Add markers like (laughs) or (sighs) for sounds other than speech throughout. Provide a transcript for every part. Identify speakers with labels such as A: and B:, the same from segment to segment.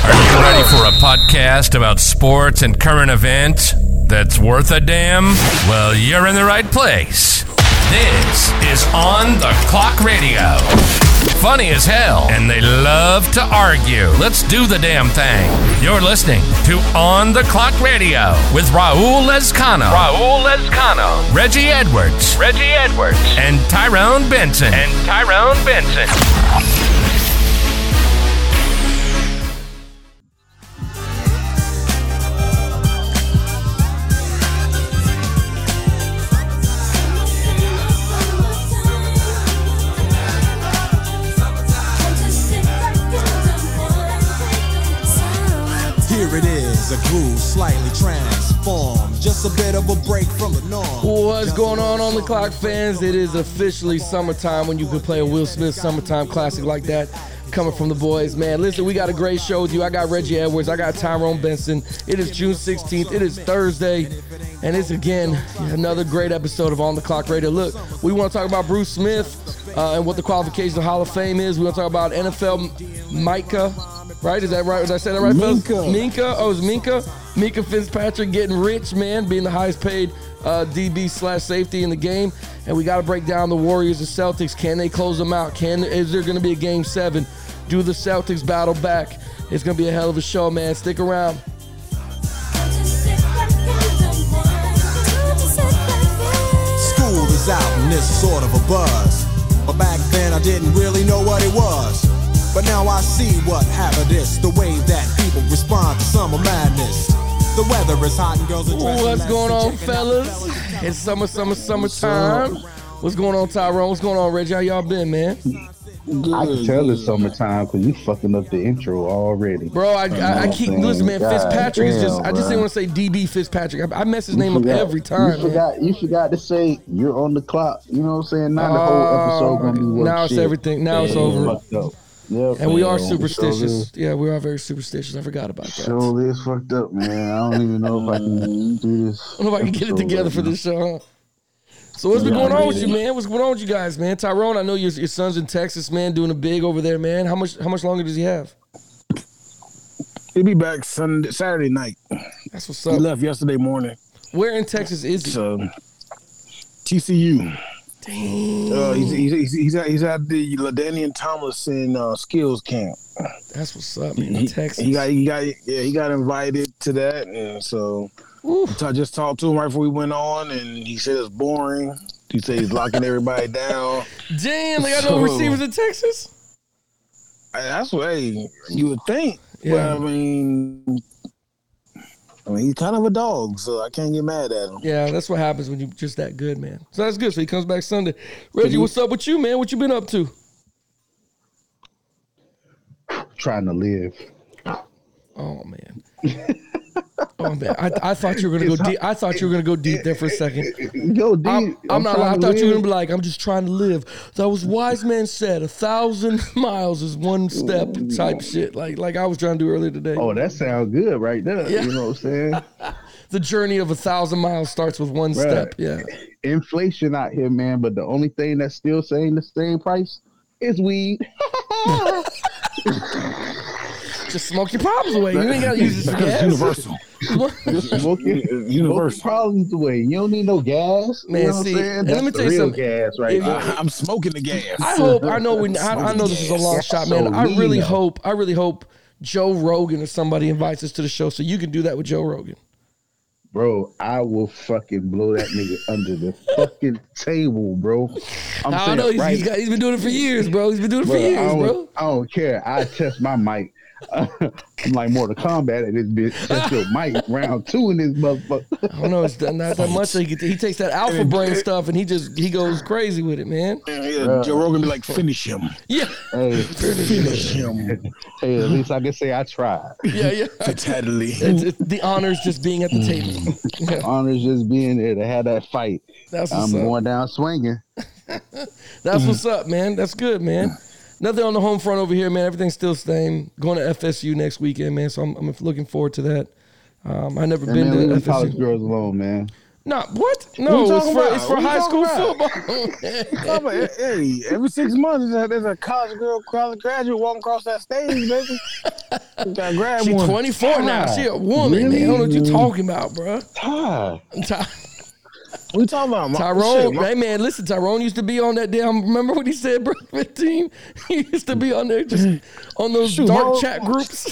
A: Looking for a podcast about sports and current events that's worth a damn? Well, you're in the right place. This is On the Clock Radio. Funny as hell, and they love to argue. Let's do the damn thing. You're listening to On the Clock Radio with Raul Lescano. Raul Lescano. Reggie Edwards. Reggie Edwards. And Tyrone Benson. And Tyrone Benson.
B: Here it is, a groove slightly transformed. Just a bit of a break from the norm.
C: What's going on on the clock, fans? It is officially summertime when you can play a Will Smith summertime classic like that. Coming from the boys, man. Listen, we got a great show with you. I got Reggie Edwards. I got Tyrone Benson. It is June 16th. It is Thursday. And it's again another great episode of On the Clock Radio. Look, we want to talk about Bruce Smith uh, and what the qualifications of Hall of Fame is. We want to talk about NFL Micah, right? Is that right? Was I saying that right, fellas?
B: Minka.
C: Minka. Oh, it was Minka. Minka Fitzpatrick getting rich, man, being the highest paid uh, DB slash safety in the game. And we got to break down the Warriors and Celtics. Can they close them out? Can is there going to be a game seven? Do the Celtics battle back? It's going to be a hell of a show, man. Stick around.
B: School is out and it's sort of a buzz. But back then I didn't really know what it was. But now I see what happened is the way that people respond to summer madness. The weather is hot and girls are dressing
C: What's
B: nice and
C: going on,
B: checking out
C: fellas?
B: the fellas.
C: It's summer, summer, summertime. What's going on, Tyrone? What's going on, Reggie? How y'all been, man?
D: I can tell it's summertime because you fucking up the intro already.
C: Bro, I, I, I keep
D: man.
C: listen, man.
D: God
C: Fitzpatrick is just.
D: damn,
C: I just didn't
D: bro.
C: want to say DB Fitzpatrick. I, I mess his name
D: You
C: up
D: forgot-
C: every time.
D: You
C: man.
D: forgot, you forgot to say you're on the clock. You know what I'm saying? Now the
C: Oh,
D: whole episode gonna be worth
C: now it's
D: shit.
C: everything. Now it's
D: Yeah,
C: over.
D: Fucked up. Yep.
C: And we are
D: Yeah,
C: superstitious. Yeah, we are very superstitious. I forgot about that. I
D: So this fucked up, man. I don't even know if I can do this.
C: don't know if Mm. I can get it
D: episode
C: together
D: right
C: for
D: now.
C: this show. huh? So what's been
D: Yeah,
C: going
D: I
C: on
D: mean-
C: with you, man? What's going on with you guys, man? Tyrone, I know your your son's in Texas, man, doing a big over there, man. How much how much longer does he have?
E: He'll be back Sunday, Saturday night.
C: That's what's
E: He
C: up.
E: left yesterday morning.
C: Where in Texas is he?
E: So TCU. Uh, he's, he's, he's, he's, at, he's at the Ladanian Tomlinson uh, skills camp.
C: That's what's up, man.
E: He,
C: Texas.
E: he got he got yeah he got invited to that, and so
C: Woo.
E: I just talked to him right before we went on, and he said it's boring. He said he's
C: (laughs)
E: locking everybody down.
C: Damn, they got no
E: So-
C: receivers in Texas.
E: I- That's what hey, you would think.
C: Yeah.
E: But I mean, I mean he's kind of a dog, so I can't get mad at him.
C: Yeah, that's what happens when you're just that good, man. So that's good. So he comes back Sunday. Reggie, what's up with you, man? What you been up to?
D: Trying to live.
C: Oh man. oh man. I, I thought you were gonna go deep. I thought you were gonna go deep there for a second.
D: Yo, D,
C: I'm, I'm not. lying. I
D: trying
C: thought you were
D: live.
C: gonna be like, I'm just trying to live. That was wise man said. A thousand (laughs) miles is one step type shit. Like like I was trying to do earlier today.
D: Oh, that sounds good right there.
C: Yeah.
D: You know what I'm saying?
C: The journey of a thousand miles starts with one step. Yeah.
D: Inflation out here, man. But the only thing that's still saying the same price is weed.
C: Just smoke your problems away. You ain't gotta use this
E: Because it's
C: gas.
E: universal.
C: (laughs)
D: Just smoking. Both
E: Universal.
D: problems away. You don't need no gas. You
C: Man,
D: know what I'm
C: see,
D: saying?
C: and let
D: That's
C: me
D: the
C: tell you
D: real
C: something.
D: gas right
C: If-
D: now.
E: I, I'm smoking the gas.
C: I hope I know we I, I know this is a long shot, man. I really hope I really hope Joe Rogan or somebody invites us to the show so you can do that with Joe Rogan.
D: Bro, I will fucking blow that nigga under the fucking table, bro. I'm
C: I don't
D: saying
C: know. He's,
D: right
C: he's got, he's been doing it for years, bro. He's been doing it
D: Bro,
C: for
D: I,
C: years,
D: don't,
C: bro.
D: I don't care. I test my mic. (laughs) I'm like Mortal Kombat at this bitch. Test your mic round two in this motherfucker. (laughs)
C: I don't know. It's not not that much. Like, he takes that alpha brain stuff and he just he goes crazy with it, man.
E: Yeah, yeah, Joe Rogan be like, finish him.
C: Yeah,
D: hey,
E: Finish him.
D: hey, at least I can say I
E: (laughs)
D: tried.
C: (laughs) yeah, yeah.
E: Fatally.
C: It's, it's, the honors just being at the table.
E: Mm.
C: Yeah,
D: Honor's just being there to have that fight.
C: that's
D: I'm
C: what's up.
D: going down swinging.
C: That's what's up, man. That's good, man. Nothing on the home front over here, man. Everything's still the same. Going to FSU next weekend, man. So I'm, I'm looking forward to that. Um, I never
D: And
C: been
D: man, leave
C: to
D: them
C: FSU.
D: college girls alone, man.
C: Nah, what?
E: you
C: No, it's
E: talking
C: for
E: about?
C: it's for
E: What you
C: high school
E: Oh,
C: football.
E: but, hey, every six months there's a, there's a college girl, college graduate walking across that
C: (laughs)
E: stage, baby. You gotta grab
C: She's
E: one.
C: 24 now.
D: God.
C: She a woman.
D: Really?
C: Man, I don't know what you talking about, bro.
D: Ty.
C: Ty-
E: We talking about my,
C: Tyrone,
E: shit, my-
C: hey man, listen, Tyrone used to be on that damn. Remember what he said, bro? (laughs) 15. He used to be on there just on those
E: Shoot,
C: dark
E: Mo-
C: chat groups.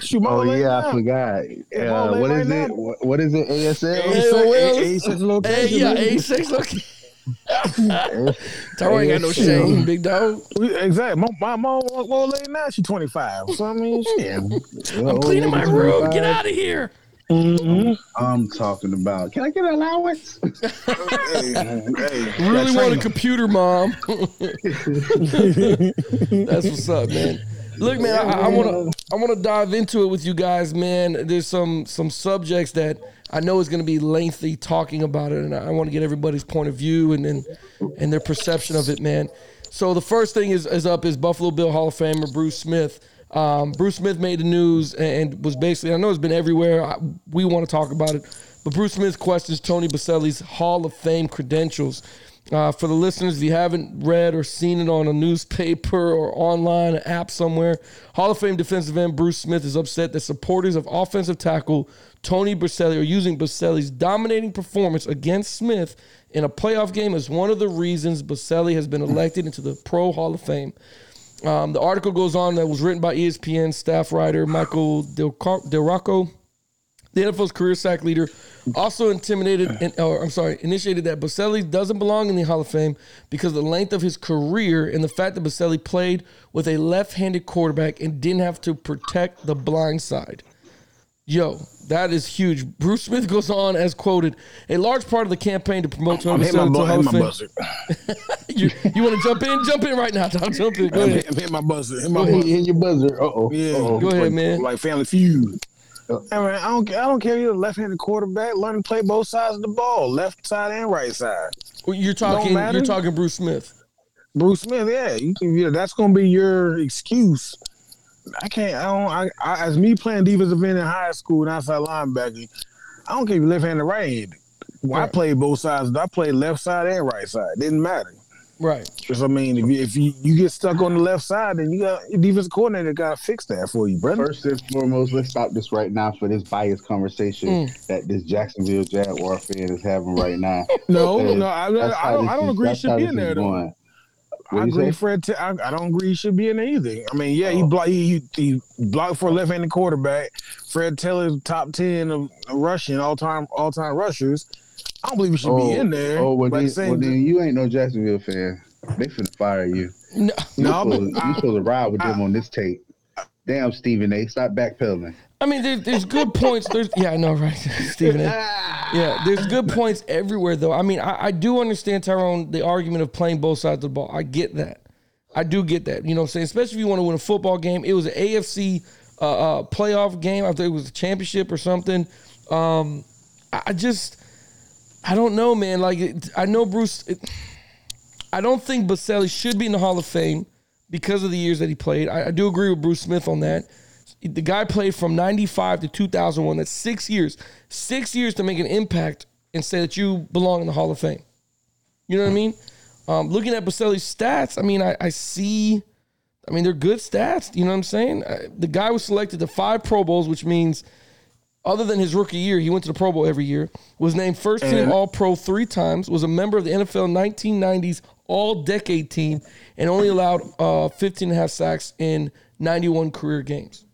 E: shoot my
D: Oh
E: leg
D: yeah, I
E: now.
D: forgot.
E: on,
D: Uh,
E: lay
D: what
E: right
D: is
E: now.
D: it? Wha- What is it? ASL.
E: (laughs) Hey,
C: AOL.
E: hey, hey, such a little
C: hey,
E: crazy,
C: yeah,
E: baby.
C: A six. Look, Tyrone ain't got no shame, big dog.
E: We- Exactly. My, my mom won't won't lay now. She 25. So I mean,
C: (laughs)
E: shit.
C: I'm cleaning my room. Get out of here.
D: I'm talking about. Can I get an allowance?
E: hey,
D: (laughs)
E: hey,
C: Really
E: gotta
C: want
E: train
C: a computer, mom. (laughs) That's what's up, man. Look, man, I, I wanna I wanna dive into it with you guys, man. There's some some subjects that I know is gonna be lengthy talking about it, and I want to get everybody's point of view and then and their perception of it, man. So the first thing is, is up is Buffalo Bill Hall of Famer Bruce Smith. Um, Bruce Smith made the news and, and was basically I know it's been everywhere. I, we want to talk about it, but Bruce Smith questions Tony Baselli's Hall of Fame credentials. Uh, for the listeners, if you haven't read or seen it on a newspaper or online, an app somewhere, Hall of Fame defensive end Bruce Smith is upset that supporters of offensive tackle Tony Baselli are using Baselli's dominating performance against Smith in a playoff game as one of the reasons Baselli has been elected into the Pro Hall of Fame. Um, the article goes on that was written by E ESPN staff writer Michael Del, Car- Del Rocco. The NFL's career sack leader also intimidated, and, uh, or I'm sorry, initiated that Boselli doesn't belong in the Hall of Fame because of the length of his career and the fact that Boselli played with a left-handed quarterback and didn't have to protect the blind side. Yo, that is huge. Bruce Smith goes on as quoted, a large part of the campaign to promote
E: I'm
C: Tony
E: hitting my,
C: Boselli to
E: bu-
C: the Hall
E: hitting
C: of
E: my
C: Fame.
E: buzzer.
C: You, want to jump in? Jump in right now, dog. Jump in. Go
E: I'm
C: ahead.
E: hitting I'm hitting my buzzer. Hitting
D: Oh,
E: my
D: hey,
E: buzzer.
D: hit your buzzer. Uh oh.
E: Yeah,
C: Go ahead,
E: like,
C: man.
E: Like Family Feud.
D: Uh,
E: Hey, man, I don't, ca- I don't care. if You're a left-handed quarterback. Learn to play both sides of the ball, left side and right side.
C: Well, You're talking.
E: matter.
C: You're talking Bruce Smith.
E: Bruce Smith, yeah, you can, yeah, that's gonna be your excuse. I can't. I don't. I, I as me playing defensive end in high school and outside linebacker, I don't care if you left handed or right handed. Well, I
C: Right.
E: played both sides. I played left side and right side. Didn't matter.
C: Right.
E: Because I mean, if you, if you, you get stuck on the left side, then you got your defense coordinator got to fix that for you, brother.
D: First and foremost, let's stop this right now for this biased conversation
E: Mm.
D: that this Jacksonville Jaguar fan is having right
E: (laughs)
D: now.
E: No,
D: Hey,
E: no, I, I,
D: That's how
E: don't.
D: this
E: I don't
D: is-
E: agree. it
D: that's
E: Should
D: how
E: be
D: this
E: in
D: is
E: there though.
D: going. What
E: I
D: you
E: agree,
D: say? Oh.
E: Fred. T- I, I don't agree. He should be in there either. I mean, yeah, he block he, he blocked for a left-handed quarterback. Fred Taylor's top ten of rushing all-time all-time rushers. I don't believe he should be in there.
D: Oh, well,
E: but at
D: then,
E: the same
D: well
E: time-
D: then you ain't no Jacksonville fan. They finna fire you.
C: No,
D: You
E: No, but
D: supposed,
E: I-
D: you supposed to ride with them on this tape. Damn, Stephen A. Stop backpedaling.
C: I mean there, there's good points. There's yeah, I know, right, (laughs) Stephen. A. Yeah, there's good points everywhere though. I mean, I, I do understand Tyrone the argument of playing both sides of the ball. I get that. I do get that. You know what I'm saying? Especially if you want to win a football game. It was an AFC uh, uh, playoff game. I think it was a championship or something. Um, I, I just, I don't know, man. Like, it, I know Bruce. It, I don't think Baselli should be in the Hall of Fame because of the years that he played. I, I do agree with Bruce Smith on that. The guy played from 95 to 2001. That's six years. Six years to make an impact and say that you belong in the Hall of Fame. You know what I mean? Um, looking at Baselli's stats, I mean, I, I see, I mean, they're good stats. You know what I'm saying? I, the guy was selected to five Pro Bowls, which means other than his rookie year, he went to the Pro Bowl every year, was named first team
D: Mm-hmm.
E: And-
C: All Pro three times, was a member of the NFL 1990s All Decade team, and only allowed uh, 15 and a half sacks in 91 career games.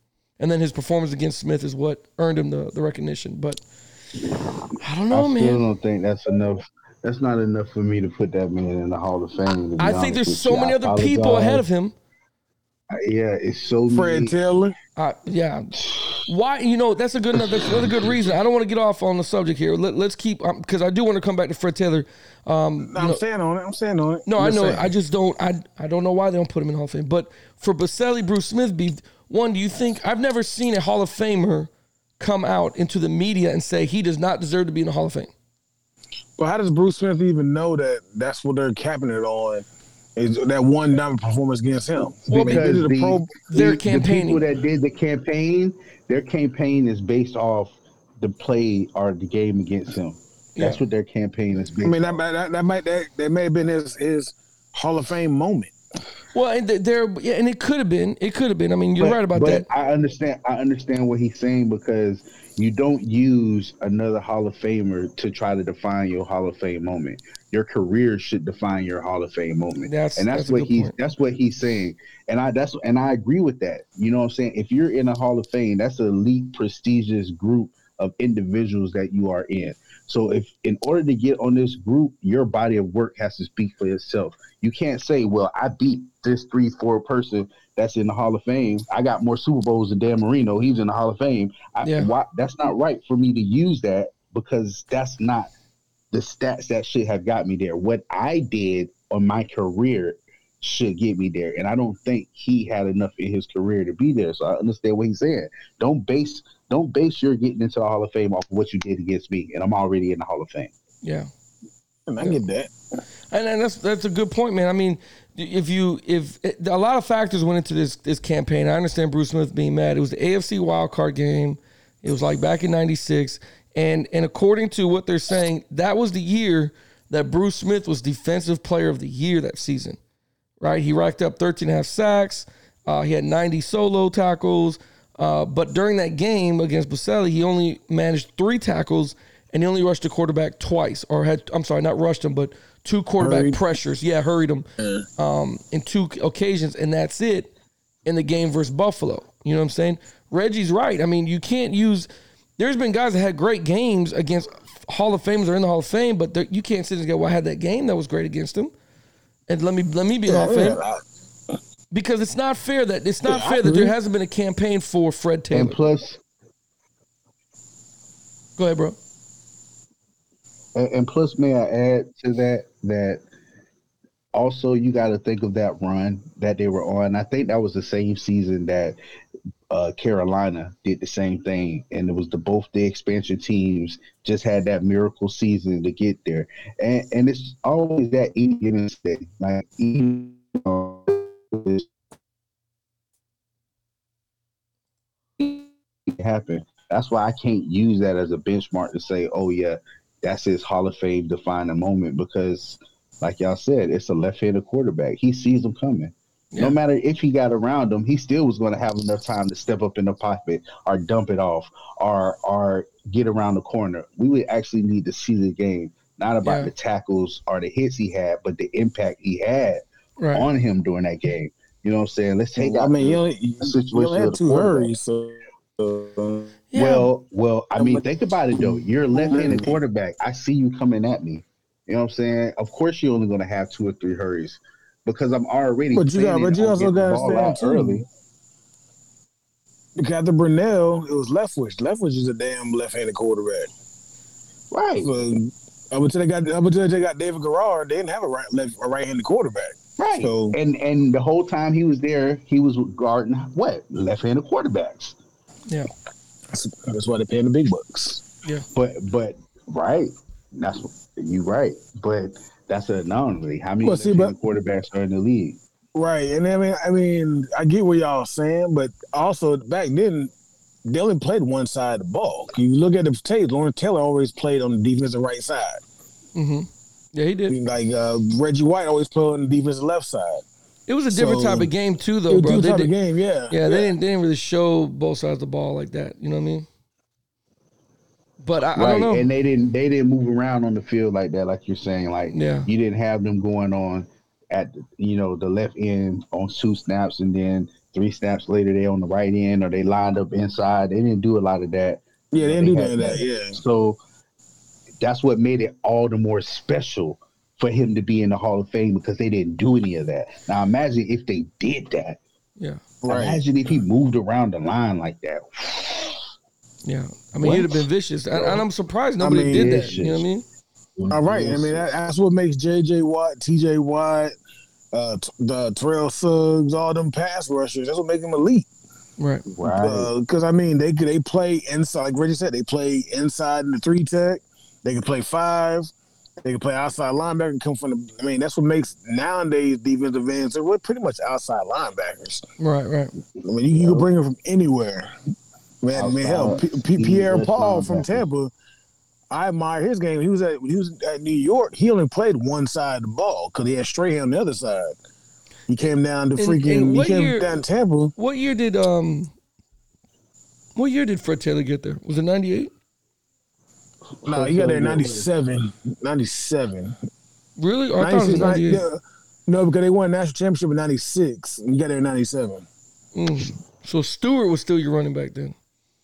C: And then his performance against Smith is what earned him the, the recognition. But I don't know,
D: I
C: Oh, man.
D: still don't think that's enough. That's not enough for me to put that man in the Hall of Fame. to be
C: I
D: honest
C: think there's
D: with
C: so
D: you.
C: many
D: I
C: other people ahead of
D: apologize.
C: him.
D: Yeah, it's so many.
E: Fred Taylor.
C: I, yeah. Why? You know, that's a good another, another good reason. I don't want to get off on the subject here. Let, let's keep because I do want to come back to Fred Taylor. Um,
E: I'm saying on it. I'm saying on it.
C: no, I
E: Just
C: know.
E: saying.
C: I just don't. I I don't know why they don't put him in Hall of Fame. But for Baselli, Bruce Smith, be one. Do you think I've never seen a Hall of Famer come out into the media and say he does not deserve to be in the Hall of Fame?
E: But how does Bruce Smith even know that that's what they're capping it on? Is that one diamond performance against him?
C: Well,
E: They did it
D: because
E: a
D: the,
E: pro-
C: They're
D: the,
C: campaigning.
D: The people that did the campaign, their campaign is based off the play or the game against him. That's what their campaign has
E: I
D: been.
E: mean, that might that, that might that, that may have been his his Hall of Fame moment.
C: Well, and th- there, yeah, and it could have been. It could have been. I mean, you're right about that.
D: I understand. I understand what he's saying because you don't use another Hall of Famer to try to define your Hall of Fame moment. Your career should define your Hall of Fame moment,
C: That's-
D: and that's,
C: that's a
D: what
C: good
D: he's
C: point.
D: that's what he's saying. And I that's and I agree with that. You know what I'm saying? If you're in a Hall of Fame, that's an elite, prestigious group of individuals that you are in. So if in order to get on this group, your body of work has to speak for itself. You can't say, "Well, I beat this three, four person that's in the Hall of Fame. I got more Super Bowls than Dan Marino. He's in the Hall of Fame." I,
C: Yeah.
D: why, that's not right for me to use that because that's not the stats that should have got me there. What I did on my career should get me there, and I don't think he had enough in his career to be there. So I understand what he's saying. Don't base don't base your getting into the Hall of Fame off of what you did against me, and I'm already in the Hall of Fame.
C: Yeah.
E: And I get that.
C: And, and that's that's a good point, man. I mean, if you if a lot of factors went into this this campaign, I understand Bruce Smith being mad. It was the AFC wild card game. It was like back in '96, and and according to what they're saying, that was the year that Bruce Smith was Defensive Player of the Year that season. Right, he racked up 13 and a half sacks. Uh, he had 90 solo tackles. Uh, but during that game against Baselli, he only managed three tackles and he only rushed the quarterback twice, or had I'm sorry, not rushed him, but two quarterback
E: Hurried.
C: pressures. Yeah, hurried him um, in two occasions, and that's it in the game versus Buffalo. You know what I'm saying? Reggie's right. I mean, you can't use. There's been guys that had great games against Hall of Famers or in the Hall of Fame, but there- you can't sit and go, "Well, I had that game that was great against him," and let me let me be an Hall of Famer
E: I-
C: because it's not fair that it's not
E: Yeah, I
C: fair that
E: agree.
C: there hasn't been a campaign for Fred Taylor.
D: And plus,
C: Go ahead, bro.
D: and, and plus, may I add to that that also you got to think of that run that they were on. I think that was the same season that uh, Carolina did the same thing, and it was the both the expansion teams just had that miracle season to get there. And and it's always that any given Sunday, like even. Uh, this- happen. That's why I can't use that as a benchmark to say, oh yeah, that's his Hall of Fame defining moment because, like y'all said, it's a left-handed quarterback. He sees him coming.
C: Yeah.
D: No matter if he got around him, he still was going to have enough time to step up in the pocket or dump it off or or get around the corner. We would actually need to see the game, not about
C: Yeah.
D: the tackles or the hits he had, but the impact he had
C: Right.
D: on him during that game. You know what I'm saying? Let's take.
E: I
D: out
E: mean,
D: the-
E: you only, you
D: situation
E: only
D: with
E: had
D: the
E: two
D: quarterback.
E: hurries, so. uh, so-
C: Yeah.
D: Well, well, I
E: I'm
D: mean,
E: look-
D: think about it though. You're a left-handed quarterback. I see you coming at me. You know what I'm saying? Of course, you're only going to have two or three hurries because I'm already.
E: But you got-
D: planning
E: but you
D: on
E: also
D: getting the
E: gotta
D: ball
E: understand,
D: out
E: too. Because after Brunell, it was Leftwich. Leftwich is a damn left-handed quarterback.
D: Right,
E: So, up until they got up until they got David Garrard, they didn't have a right left a right-handed quarterback.
D: right.
E: So-
D: and and the whole time he was there, he was guarding what left-handed quarterbacks.
C: Yeah.
E: That's, that's why they pay the big bucks.
D: But but right, that's you right. But that's an anomaly. How many
E: Well, see, but-
D: left-handed quarterbacks are in the league?
E: Right, and I mean, I mean, I get what y'all saying, but also back then, they only played one side of the ball. You look at the tapes, Lawrence Taylor always played on the defensive right side.
C: Mm-hmm. Yeah, he did.
E: Like uh, Reggie White always played on the defensive left side.
C: It was a different
E: So-
C: type of game too,
E: it
C: though,
E: was
C: Oh, bro.
E: different
C: They
E: type of
C: did,
E: game, yeah.
C: yeah, they didn't they didn't really show both sides of the ball like that. You know what I mean? But I, I
D: Right,
C: don't know.
D: and they didn't they didn't move around on the field like that, like you're saying. Like
C: Yeah.
D: you didn't have them going on at the- you know the left end on two snaps, and then three snaps later they on the right end, or they lined up inside. They didn't do a lot of that.
E: Yeah, they didn't
D: They
E: do none
D: had
E: of that.
D: that.
E: Yeah,
D: So that's what made it all the more special for him to be in the Hall of Fame because they didn't do any of that. Now imagine if they did that.
C: yeah,
E: right.
D: Imagine if he moved around the line like that.
C: yeah. I mean, he'd have been vicious, and, and I'm surprised
E: I
C: nobody
E: mean,
C: did that.
D: vicious.
C: You know what I mean?
E: All right. I mean, that, that's what makes J.J. Watt, T.J. Watt, uh, t- the Terrell Suggs, all them pass rushers. That's what makes them elite.
C: Right.
D: right.
E: Because Uh, I mean, they could they play inside. Like Reggie said, they play inside in the three tech. They can play five. They can play outside linebacker and come from the. I mean, that's what makes nowadays defensive ends. They're really pretty much outside linebackers.
C: Right. Right.
E: I mean, you, you can bring them from anywhere. Man, I mean, hell, P- P-
D: Outside
E: Pierre Paul
D: linebacker.
E: from Tampa. I admire his game. He was at when he was at New York. He only played one side of the ball because he had Strahan on the other side. He came down to
C: And-
E: freaking.
C: and
E: he
C: what
E: came
C: year-
E: down to Tampa.
C: What year did um? What year did Fred Taylor get there? Was it '98?
E: No, he got there in 97. 97.
C: Really? Or I thought it was
E: 96,
C: '98.
E: yeah. No, because they won national championship in 96. And he got there in 97.
C: So Stewart was still your running back then.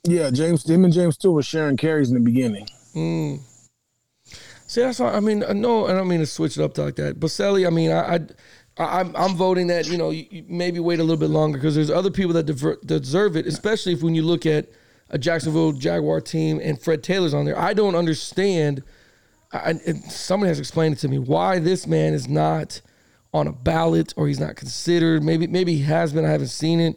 E: Yeah, James, him and James Stewart sharing carries in the beginning.
C: See, that's why I mean, uh, no, I don't mean to switch it up like that. Baselli, I mean, I, I, I I'm, I'm voting that you know you, you maybe wait a little bit longer because there's other people that diver, deserve it, especially if when you look at a Jacksonville Jaguar team and Fred Taylor's on there. I don't understand. I, I- and somebody has explained it to me why this man is not on a ballot or he's not considered. Maybe maybe he has been. I haven't seen it.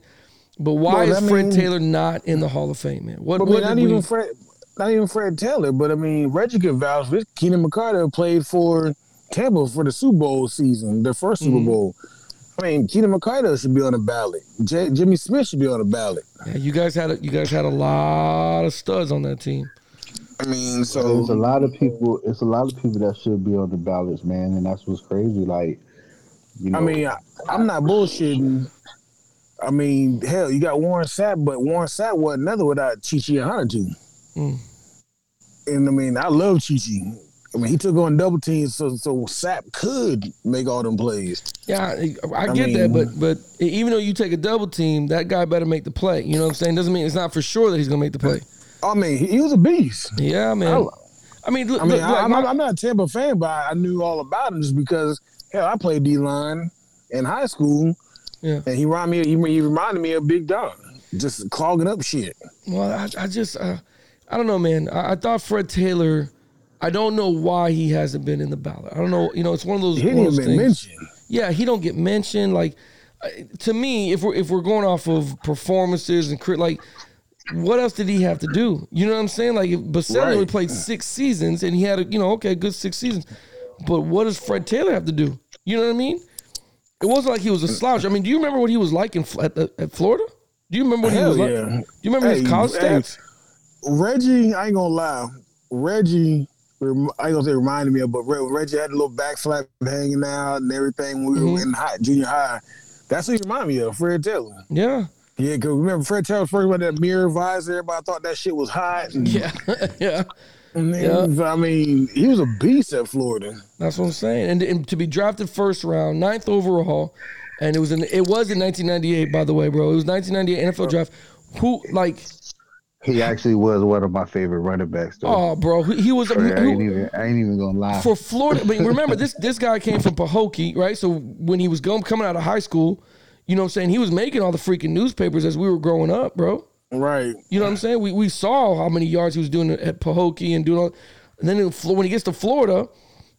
C: But why
E: Well,
C: is
E: I
C: Fred
E: mean-
C: Taylor not in the Hall of Fame, man? What,
E: But I
C: what
E: mean, not
C: did we-
E: even Fred, not even Fred Taylor. But I mean, Reggie could vouch for this. Keenan McCarter played for Tampa for the Super Bowl season, the first
C: Mm-hmm.
E: Super Bowl. I mean, Keenan McCarter should be on the ballot. J- Jimmy Smith should be on the ballot.
C: Yeah, you guys had a, you guys had a lot of studs on that team.
E: I mean, so
D: There's a lot of people. It's a lot of people that should be on the ballots, man, and that's what's crazy. Like, you know,
E: I mean, I, I'm not bullshitting. I mean, hell, you got Warren Sapp, but Warren Sapp wasn't nothing without Chichi and Hanatu.
C: Mm.
E: And I mean, I love Chichi. I mean, he took on double teams, so so Sapp could make all them plays.
C: Yeah, I, I
E: I
C: get that,
E: mean-
C: but but even though you take a double team, that guy better make the play. You know what I'm saying? Doesn't mean it's not for sure that he's gonna make the play.
E: I mean, he, he was a beast.
C: Yeah, man. I mean, look,
E: I mean,
C: look,
E: I,
C: like
E: am
C: my-
E: I'm not a Tampa fan, but I knew all about him just because hell, I played D line in high school,
C: Yeah.
E: and he reminded me. He, he reminded me of Big Don, just clogging up shit.
C: Well, I, I just, uh, I don't know, man. I, I thought Fred Taylor. I don't know why he hasn't been in the ballot. I don't know. You know, it's one of those.
E: He didn't
C: one of
E: even
C: those
E: been
C: things-
E: mentioned.
C: Yeah, he don't get mentioned. Like I- to me, if we're if we're going off of performances and crit, like what else did he have to do? You know what I'm saying? Like if Baselli
E: Right.
C: only played six seasons and he had a you know okay good six seasons, but what does Fred Taylor have to do? You know what I mean? It wasn't like he was a slouch. I mean, do you remember what he was like in Fl- at, at at Florida? Do you remember what
E: Hell
C: he was
E: yeah.
C: like? Do you remember his
E: Hey,
C: college
E: hey.
C: stats?
E: Reggie, I ain't gonna lie. Reggie, rem- I ain't gonna say reminded me of, but Re- Reggie had a little back flap hanging out and everything when we were
C: Mm-hmm.
E: in high, junior high. That's who he reminded me of, Fred Taylor.
C: Yeah,
E: Yeah, because remember Fred Taylor first about that mirror visor. Everybody thought that shit was hot. And,
C: yeah, (laughs) yeah.
E: and then, I mean, he was a beast at Florida.
C: That's what I'm saying. And, and to be drafted first round, ninth overall, and it was in it was in 1998, by the way, bro. It was 1998 NFL draft. Who like?
D: he actually was one of my favorite running backs. Though.
C: Oh, bro, who- he was a,
D: I ain't
C: who,
D: even. I ain't even gonna lie.
C: for Florida. But remember, this this guy came from Pahokee, right? So when he was going coming out of high school, you know what I'm saying? He was making all the freaking newspapers as we were growing up, bro.
E: Right.
C: You know what I'm saying? We, we saw how many yards he was doing at Pahokee and doing all. And then in Flo- when he gets to Florida,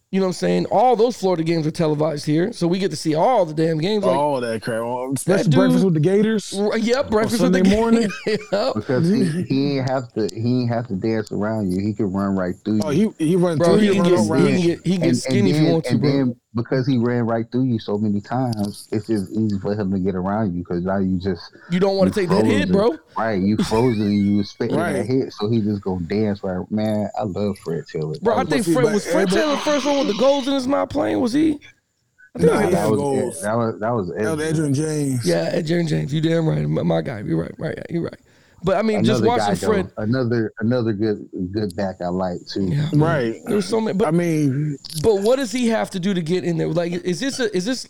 C: you know what I'm saying? All those Florida games are televised here, so we get to see all the damn games. Like,
E: all that crap. All- Special
C: dude- Mm.
E: breakfast with the Gators.
C: Right, Yep, breakfast with the
E: Sunday morning?
C: (laughs) yep.
D: because he, he ain't have to he ain't have to dance around you. He can run right through you.
E: Oh, he he run
C: Bro,
E: through
C: he
E: you,
C: can
E: run
C: get-
E: around.
C: he can get- he can get skinny if he
D: then,
C: wants to,
D: and
C: bro.
D: then because he ran right through you so many times, it's just easy for him to get around you because now you just
C: You don't want
D: you
C: to take that hit,
D: frozen.
C: bro.
D: Right, you frozen and
C: (laughs)
D: you expecting
E: Right.
D: that hit, so he just gonna dance right. Man, I love Fred Taylor.
C: Bro, I
D: That
C: think
E: see,
C: Fred
E: but-
C: was Fred
E: but-
C: Taylor the first one with the goals in his mouth playing. Was he?
E: Nah,
D: was-
E: that
D: that
E: goals.
D: was that was that was,
E: That was Adrian James.
C: Yeah, Ed Jaron James. You damn right, my, my guy. You're right, right, yeah, you're right. But I mean, just
D: another guy,
C: watching
D: though.
C: Fred.
D: Another another good good back I like too.
C: Yeah,
E: Right.
C: there's so many. But
E: I mean,
C: but what does he have to do to get in there? Like, is this a, is this?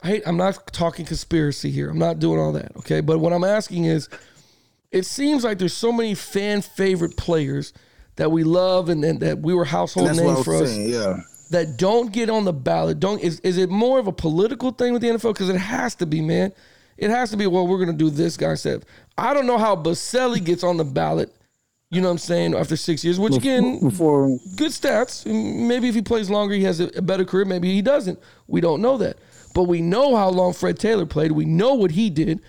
C: I hate, I'm not talking conspiracy here. I'm not doing all that. Okay, but what I'm asking is, it seems like there's so many fan favorite players that we love and, and that we were household
E: that's what I
C: names
E: was
C: for us.
E: saying. Yeah.
C: that don't get on the ballot don't is, is it more of a political thing with the NFL because it has to be man it has to be well we're gonna do this guy said I don't know how Baselli gets on the ballot you know what I'm saying after six years which again
E: Before
C: good stats maybe if he plays longer he has a, a better career maybe he doesn't we don't know that but we know how long Fred Taylor played we know what he did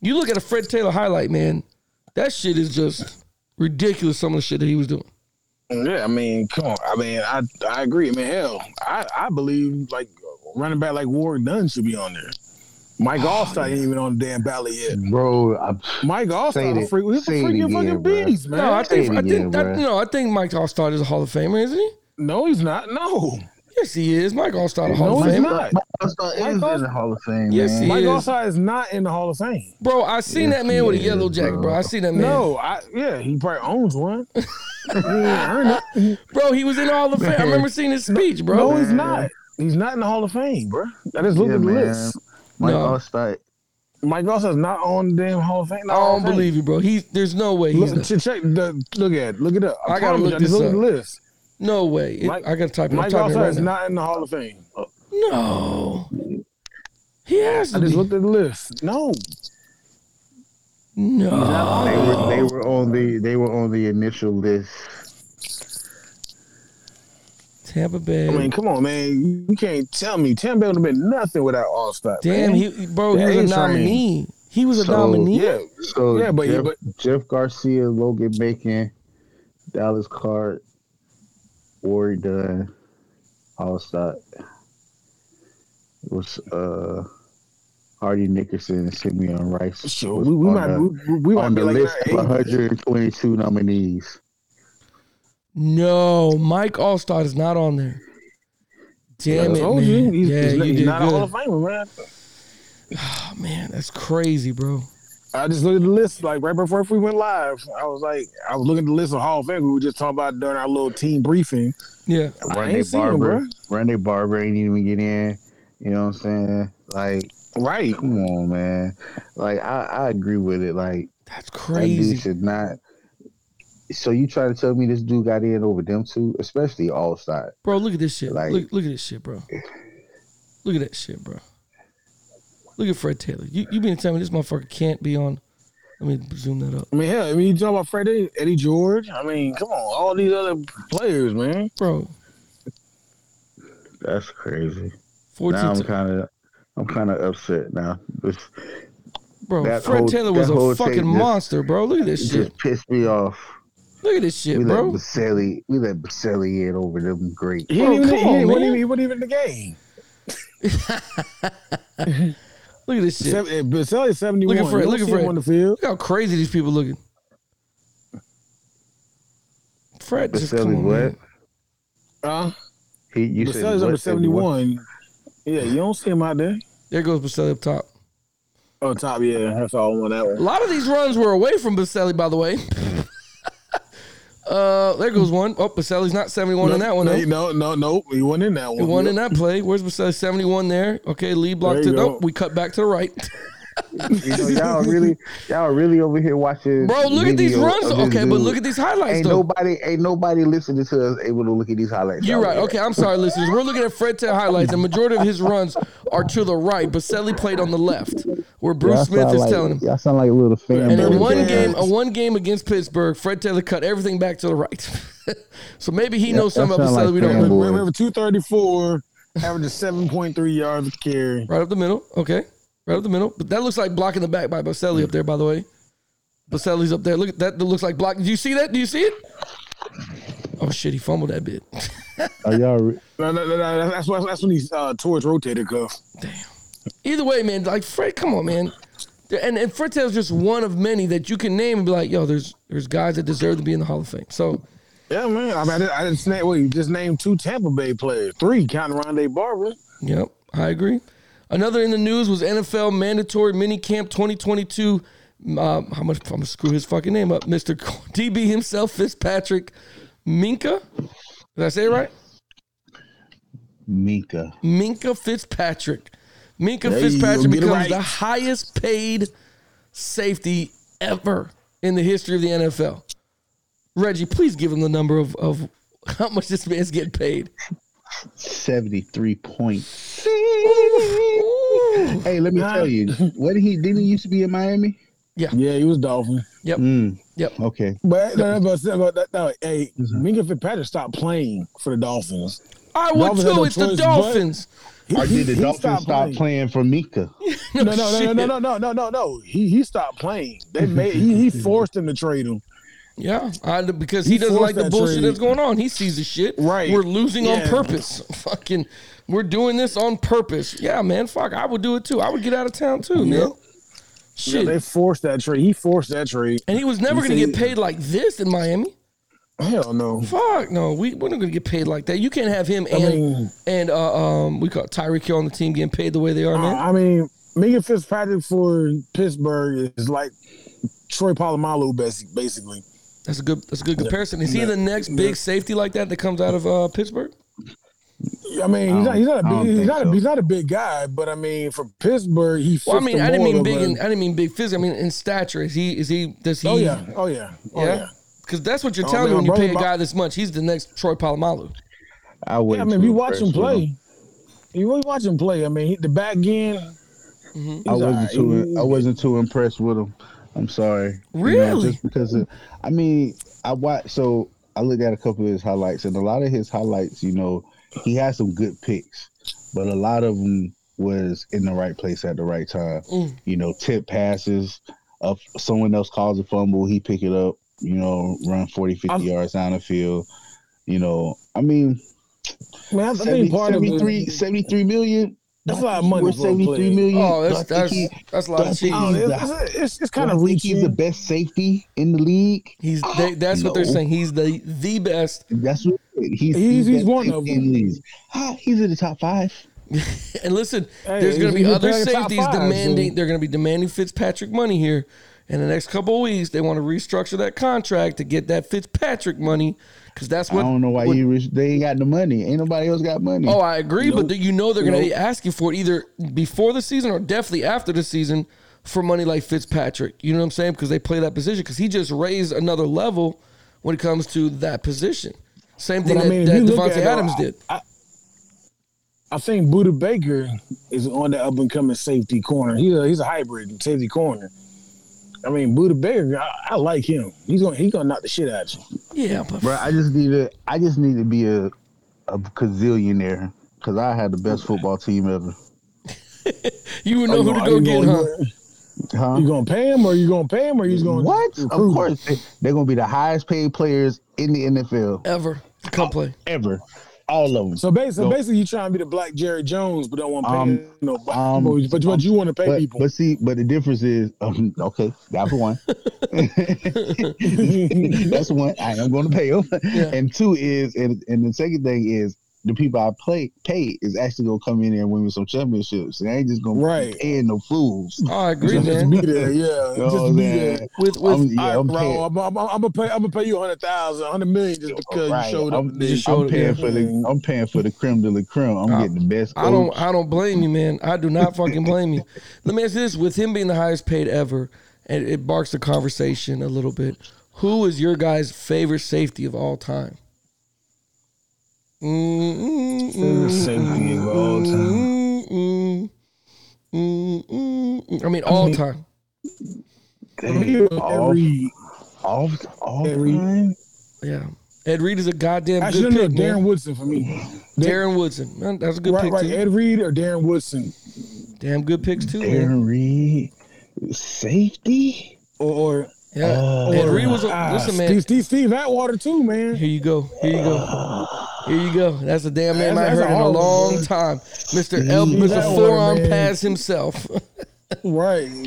C: you look at a Fred Taylor highlight man that shit is just ridiculous some of the shit that he was doing
E: Yeah, I mean, come on. I mean, I I agree. I mean, hell, I, I believe like running back like Warren Dunn should be on there. Mike
C: Oh,
E: Allstar ain't even on the damn ballot yet.
D: bro. I'm,
E: Mike
D: Say
E: Allstar,
D: it-
E: a freak, he's a
D: say it
E: freaking
D: again,
E: fucking
D: bruh.
E: beast, man.
C: No, I think
D: Say it
C: I
D: again,
C: think I,
D: bruh.
C: no, I think Mike Allstar is a Hall of Famer, isn't he?
E: no, he's not. No,
C: Yes, he is. Mike Allstar, a Hall
E: no,
C: of
E: he's
C: Famer.
E: not.
D: Allstar is
E: Mike
D: in
E: Allstar-
D: the Hall of Fame.
C: Yes,
D: man.
C: he
E: Mike
C: is.
E: Allstar is not in the Hall of Fame.
C: Bro, I seen
D: Yes,
C: that man with a
D: he
C: yellow
D: is,
C: jacket, bro.
D: bro.
C: I seen that man.
E: No, I yeah, he probably owns one. (laughs) he ain't earned it.
C: Bro, he was in the Hall of Fame. I remember seeing his speech, bro.
E: No, he's not. He's not in the Hall of Fame, bro. I just looked
D: Yeah,
E: at the
D: man.
E: list.
D: Mike
C: No.
D: Allstar.
E: Mike Allstar's not on the damn Hall of Fame.
C: I
E: not Hall
C: don't
E: of Fame.
C: believe you, bro. He's there's no way he's
E: Look,
C: not.
E: check, check the, look at it. Look it up. I,
C: I gotta
E: promise
C: look
E: you, I just
C: this
E: look at the
C: up.
E: list.
C: No way. It-
E: Mike-
C: I gotta type it. I'm
E: Mike
C: typing it
E: Allstar
C: right
E: is
C: now.
E: not in the Hall of Fame.
C: No. He has
E: I
C: to be.
E: just looked at the list. No,
C: no.
D: They were
E: Oh.
D: they were on the they were on the initial list.
C: Tampa Bay.
E: I mean, come on, man. You can't tell me Tampa Bay would have been nothing without All Star.
C: Damn, he bro, he
E: That
C: was a
E: is right.
C: nominee. He was a
D: So-
C: nominee.
E: yeah,
D: So
E: Yeah, but-
D: Jeff,
E: but-
D: Jeff Garcia, Logan Bacon, Dallas Clark, Warrior Dunn, Allstott. It was uh Hardy Nickerson and Simeon Rice.
E: sure.
D: was
E: We, we
D: on
E: might
D: the,
E: we, we might
D: on
E: be
D: the
E: like
D: list of
E: eight.
D: 122 nominees.
C: No, Mike Allstott is not on there. Damn
E: I
C: it,
E: told you,
C: man.
E: he's,
C: yeah,
E: he's not-
C: you
E: he's
C: did
E: not a Hall of
C: good.
E: Famer, man.
C: Oh, man, that's crazy, bro.
E: I just looked at the list like right before we went live. I was like, I was looking at the list of Hall of Fame. We were just talking about during our little team briefing.
C: Yeah,
E: I
D: Randy
E: ain't seen him, bro.
D: Barber, Randy Barber ain't even get in. You know what I'm saying? Like,
E: Right.
D: come on, man. Like, I, I agree with it. Like,
C: that's
D: That
C: crazy.
D: dude should not. So you trying to tell me this dude got in over them two, especially all side.
C: Bro, look at this shit.
D: Like-
C: look, look at this shit, bro. Look at that shit, bro. Look at Fred Taylor. You you been telling me this motherfucker can't be on? Let me zoom that up,
E: I mean, hell, I mean, you talking about Freddie, Eddie George. I mean, come on, all these other players, man.
C: bro.
D: That's crazy. Now
C: 14
D: I'm
C: ti-
D: kind of, I'm kind of upset now. This
C: bro.
D: that
C: Fred
D: whole-
C: Taylor was
D: that whole
C: a
D: tape
C: fucking
D: just-
C: monster, bro. Look at this
D: just
C: shit.
D: pissed me off.
C: Look at this shit,
D: We
C: bro.
D: let Baselli, we let Baselli in over them great.
E: He,
C: Bro,
E: didn't even,
C: come
E: he,
C: on,
E: didn't- wasn't
C: man.
E: even, he wasn't even in the game.
C: Look at this shit.
E: Seven, eh, Baselli seventy one.
C: Look at Fred, look at Fred.
E: on the field.
C: Look how crazy these people looking. Fred just come
D: Baselli,
C: on,
D: what?
C: man.
E: Uh,
D: He you
E: Baselli's
D: said
E: number
D: what,
E: seventy
D: 71?
E: one. Yeah, you don't see him out there.
C: There goes Baselli up top.
E: Oh, top, yeah, that's all on that
C: A
E: one.
C: lot of these runs were away from Baselli, by the way. (laughs) uh, there goes one. Oh, Baselli's not 71 in that one.
E: No,
C: though.
E: no, no, no, he wasn't in that one.
C: He won in that play. Where's Baselli? 71 there. Okay, Lee blocked
E: There
C: it.
E: you
C: Nope,
E: go.
C: we cut back to the right. (laughs)
D: You (laughs) know, y'all really, y'all really over here watching.
C: Bro, look at these
D: video
C: runs.
D: of this
C: Okay, but
D: dude.
C: look at these highlights,
D: Ain't
C: though.
D: nobody, ain't nobody listening to us able to look at these highlights.
C: You're
D: out
C: right.
D: there.
C: Okay, I'm sorry, listeners. We're looking at Fred Taylor highlights, and majority of his runs are to the right. Baselli played on the left, where Bruce
D: Y'all
C: Smith
D: sound
C: is
D: like-
C: telling him.
D: Y'all sound like little fan.
C: And in
E: Remember
C: one
E: that.
C: game, a one game against Pittsburgh, Fred Taylor cut everything back to the right. (laughs) so maybe he knows
D: that
C: something about
D: sound like
C: Baselli we don't
D: fanboy.
C: know.
E: Remember, remember two thirty four, averages seven point three yards per carry.
C: Right up the middle. Okay. Right up the middle. But that looks like blocking the back by Baselli up there, by the way. Baselli's up there. Look at that. That looks like block. Do you see that? Do you see it? Oh shit, he fumbled that bit.
D: Are y'all re-
E: No, no, no, no, that's why that's when he uh, tore his rotator cuff.
C: Either way, man, like Fred, come on, man. And and Fred Taylor's just one of many that you can name and be like, yo, there's there's guys that deserve to be in the Hall of Fame. So
E: Yeah, man. I mean, I didn't, I didn't name. Well, you just named two Tampa Bay players, three counting Rondé Barber.
C: Yep, I agree. Another in the news was NFL mandatory minicamp 2022. Um, how much I'm gonna screw his fucking name up, Mr. (laughs) DB himself, Fitzpatrick Minka. Did I say it right?
D: Mika?
C: Minka Fitzpatrick. Minka
E: There you
C: Fitzpatrick
E: go, get it
C: becomes
E: right.
C: the highest paid safety ever in the history of the NFL. Reggie, please give him the number of, of how much this man's getting
E: (laughs)
C: paid.
D: Seventy-three points.
C: Ooh.
D: Hey, let me
E: Nah.
D: tell you, what did he didn't he used to be in Miami?
E: Yeah, he was Dolphin.
D: Mm,
C: Yep.
D: okay,
E: But, no, no, but, but that, no, hey,
D: Mm-hmm.
E: Minka Fitzpatrick stopped playing for the Dolphins.
C: I would
E: Dolphins had
C: too.
E: no
C: It's the
E: choice but-
C: Dolphins.
E: He,
D: or
E: he-
D: did the
E: he
D: Dolphins
E: stopped
D: stop playing. for Mika?
E: No, no,
D: (laughs)
E: no, no, no, no, no, no, no, no. He he stopped playing. They made he, he forced him to trade him.
C: Yeah, I, because he,
E: He
C: doesn't
E: forced
C: like the
E: that
C: bullshit
E: trade.
C: that's going on. He sees the shit.
E: Right.
C: We're losing on
E: Yeah.
C: purpose. (laughs) Fucking, we're doing this on purpose. Yeah, man. Fuck, I would do it too. I would get out of town too, man.
E: Yeah,
C: Shit.
E: they forced that trade. He forced that trade.
C: and he was never
E: You
C: going to
E: see-
C: get paid like this in Miami.
E: Hell no.
C: Fuck no, we we're not going to get paid like that. You can't have him and
E: mean-
C: and uh, um we call Tyreek Hill on the team getting paid the way they are, man.
E: I mean, Megan Fitzpatrick for Pittsburgh is like Troy Polamalu, basi- basically.
C: That's a good that's a good comparison. Is he the next big safety like that that comes out of uh, Pittsburgh?
E: I mean, he's not, he's not a
D: I don't
E: big, he's
D: think
E: not, a,
D: so.
E: he's not a big guy, but I mean, for Pittsburgh, he.
C: Well, I
E: fits
C: mean,
E: the
C: I didn't
E: mold
C: mean
E: of
C: big.
E: a-
C: In, I didn't mean big physically. I mean in stature. Is he? Is he? Does he?
E: oh yeah, oh yeah, oh yeah.
C: Because that's what you're
E: Oh,
C: telling me
E: man,
C: when you
E: bro,
C: pay a
E: my-
C: guy this much. He's the next Troy Polamalu.
D: I would.
E: Yeah, I mean, if you watch him play, you really watch him play. I mean, he, the back end.
D: I
E: he's
D: wasn't
E: alright.
D: too. I wasn't too impressed with him. I'm sorry. You know,
C: Really?
D: just because of, I mean, I watched. So I looked at a couple of his highlights, and a lot of his highlights, you know, he had some good picks, but a lot of them was in the right place at the right time.
E: Mm.
D: You know, tip passes. Up, someone else calls a fumble, he pick it up. You know, run 40, 50
E: I'm-
D: yards down the field. You know, I mean,
E: I mean, I, I
D: 70,
E: think part of it.
D: 73 73 million.
E: That's a lot of
D: He
E: money
D: worth
E: for a player.
D: 73 million.
C: Oh, that's
D: Do I think
C: that's
D: he-
C: that's a lot of
D: that's-
C: cheese.
E: I don't know, it's, it's, it's, it's kind
D: do I
E: of
D: think
E: reaching.
D: He's the best safety in the league. Ah,
C: He's they, that's what they're
D: No.
C: saying. He's the the best.
D: That's what he's.
E: He's-
D: the
E: he's
D: best
E: one of
D: safety in the
E: them.
D: league. Ah, he's in the top five.
C: And listen,
E: Hey,
C: there's going to
E: he's-
C: be
E: he's
C: other
E: probably top
C: safeties
E: five,
C: demanding.
E: so-
C: They're going to be demanding Fitzpatrick money here. In the next couple of weeks, they want to restructure that contract to get that Fitzpatrick money because that's what
D: I don't know why
C: what-
D: you. Rich, they ain't got the money. Ain't nobody else got money.
C: Oh, I agree, but do you know they're going to
E: Nope.
C: be asking for it either before the season or definitely after the season for money like Fitzpatrick. You know what I'm saying? Because they play that position. Because he just raised another level when it comes to that position. Same thing
E: But I mean,
C: that,
E: if you
C: that
E: look at uh,
C: Devontae
E: it,
C: Adams
E: I-
C: did.
E: I think Buda Baker is on the up and coming safety corner. He's a, he's a hybrid safety corner. I mean, Buda Baker, I, I like him. He's gonna he's gonna knock the shit out you.
C: Yeah, but
D: bro, I just need to. I just need to be a a gazillionaire because I had the best football team ever.
C: you would know who to
E: Are
C: go
E: you
C: get,
E: gonna-
C: huh?
D: Huh?
E: You gonna pay him, or you gonna pay him, or you gonna
D: What? Of
E: recruit him?
D: course, they, they're gonna be the highest paid players in the NFL
C: Ever to come
E: (laughs)
C: play.
D: ever. All of them.
E: So basically,
D: No.
E: basically, you trying to be the black Jerry Jones, but don't want to pay
D: Um,
E: nobody.
D: um,
E: but, but, but you want to pay
D: but,
E: people.
D: but see, but the difference is, um, okay, that for one. (laughs) That's one. I am going to pay them.
C: Yeah.
D: And two is, and, and the second thing is, the people I play pay is actually going to come in there and win me some championships. They ain't just going to (laughs)
E: Right.
D: be paying no fools.
C: Oh, I agree,
E: just
C: man.
E: be there, yeah.
D: You know
E: just
D: what I'm
E: be
D: saying?
E: there.
C: With
D: I'm,
C: with
D: Oh, yeah,
E: All
D: I'm
E: right, bro,
D: paying.
E: I'm, I'm, I'm gonna pay. I'm gonna pay you a hundred thousand, a hundred million, just because
D: Right.
E: you showed up.
D: I'm,
E: today.
C: you showed
D: I'm
C: up,
D: paying
C: yeah.
D: for the I'm paying for the creme de la creme. I'm
C: I-
D: getting the best.
C: I don't
D: coach.
C: I don't blame you, man. I do not fucking blame
E: (laughs)
C: you. Let me ask you this: with him being the highest paid ever, and it barks the conversation a little bit. Who is your guy's favorite safety of all time? Mm, mm, mm,
E: Safety of all time.
C: mm, mm, mm, mm. I mean,
E: (laughs)
C: all time.
D: All-
E: Every,
D: all all
E: every-
D: time.
C: Yeah, Ed Reed is a goddamn
E: I
C: good
E: should know
C: pick,
E: Darren
C: man.
E: Woodson for me.
C: Darren Woodson, man, that's a good
E: Right,
C: pick
E: right.
C: too.
E: Ed Reed or Darren Woodson
C: Damn good picks too, man.
D: Aaron Reed, safety.
E: or, or
C: Yeah,
D: Uh,
E: or
C: Ed Reed was. A,
E: ah,
C: listen, man.
E: Steve, Steve, Steve Atwater too, man.
C: Here you go. Here you go. Here you go. That's a damn name
E: That's-
C: I
E: that's
C: heard
E: a
C: in a
E: hard
C: long
E: one.
C: time. Mr. El, Mr.
E: that one,
C: Forearm
E: man.
C: Pass himself.
E: Right. (laughs)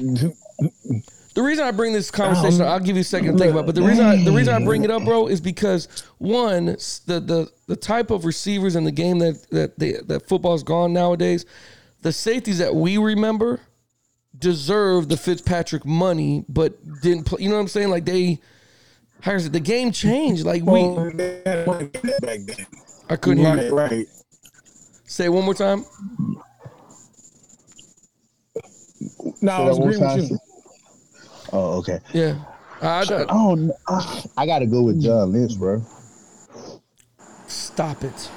C: The reason I bring
E: Um,
C: this conversation, I'll give you a second to think about. But the reason I, the reason I bring it up, bro, is because one, s- the the the type of receivers in the game that that they, that football's gone nowadays, the safeties that we remember deserve the Fitzpatrick money, but didn't play. You know what I'm saying? Like they, how is it? The game changed. Like we,
E: Well, they had money back then.
C: I couldn't hear.
E: Right,
C: you.
E: right.
C: Say it one more time.
E: No, I was
D: Say that
E: agreeing
D: one
E: with you.
D: time. Oh, okay.
C: Yeah. I, I-
D: Oh, no. Ah, I gotta go with John Lynch, bro.
C: stop it.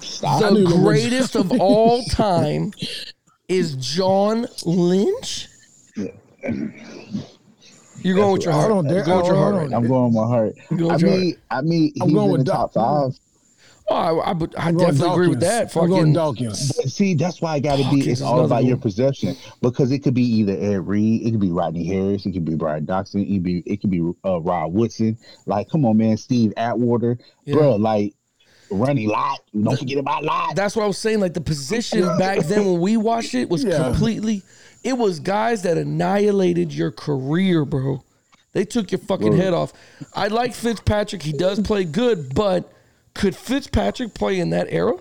D: Stop.
E: knew
C: The
E: it was-
C: greatest of all
E: (laughs)
C: time is John Lynch. You're going with your heart.
E: Hold on,
C: You're
E: Derek.
C: going with your heart
E: Hold on.
C: right now.
D: I'm going with my heart.
C: You go
D: I
C: with your
D: mean, I mean, he's
E: I'm going
D: in
E: with
D: the top
E: Doc.
D: five.
C: Oh, I, I, would- I
E: I'm going
C: definitely agree with
E: Dawkins.
C: that.
E: I'm going
C: Fucking,
E: Dawkins.
D: But see, that's why I got to be.
C: Hawkins
D: It's
C: is
D: all
C: another
D: about your
C: one.
D: perception because it could be either Ed Reed, it could be Rodney Harris, it could be Brian Doxson, it could be it could be uh, Rod Woodson. Like, come on, man, Steve Atwater,
C: Yeah.
D: bro, like Ronnie Lott. Don't forget about Lott.
C: that's what I was saying. Like the position back then when we watched it was
E: Yeah.
C: completely. It was guys that annihilated your career, bro. They took your fucking head off. I like Fitzpatrick. He does play good, but could Fitzpatrick play in that era?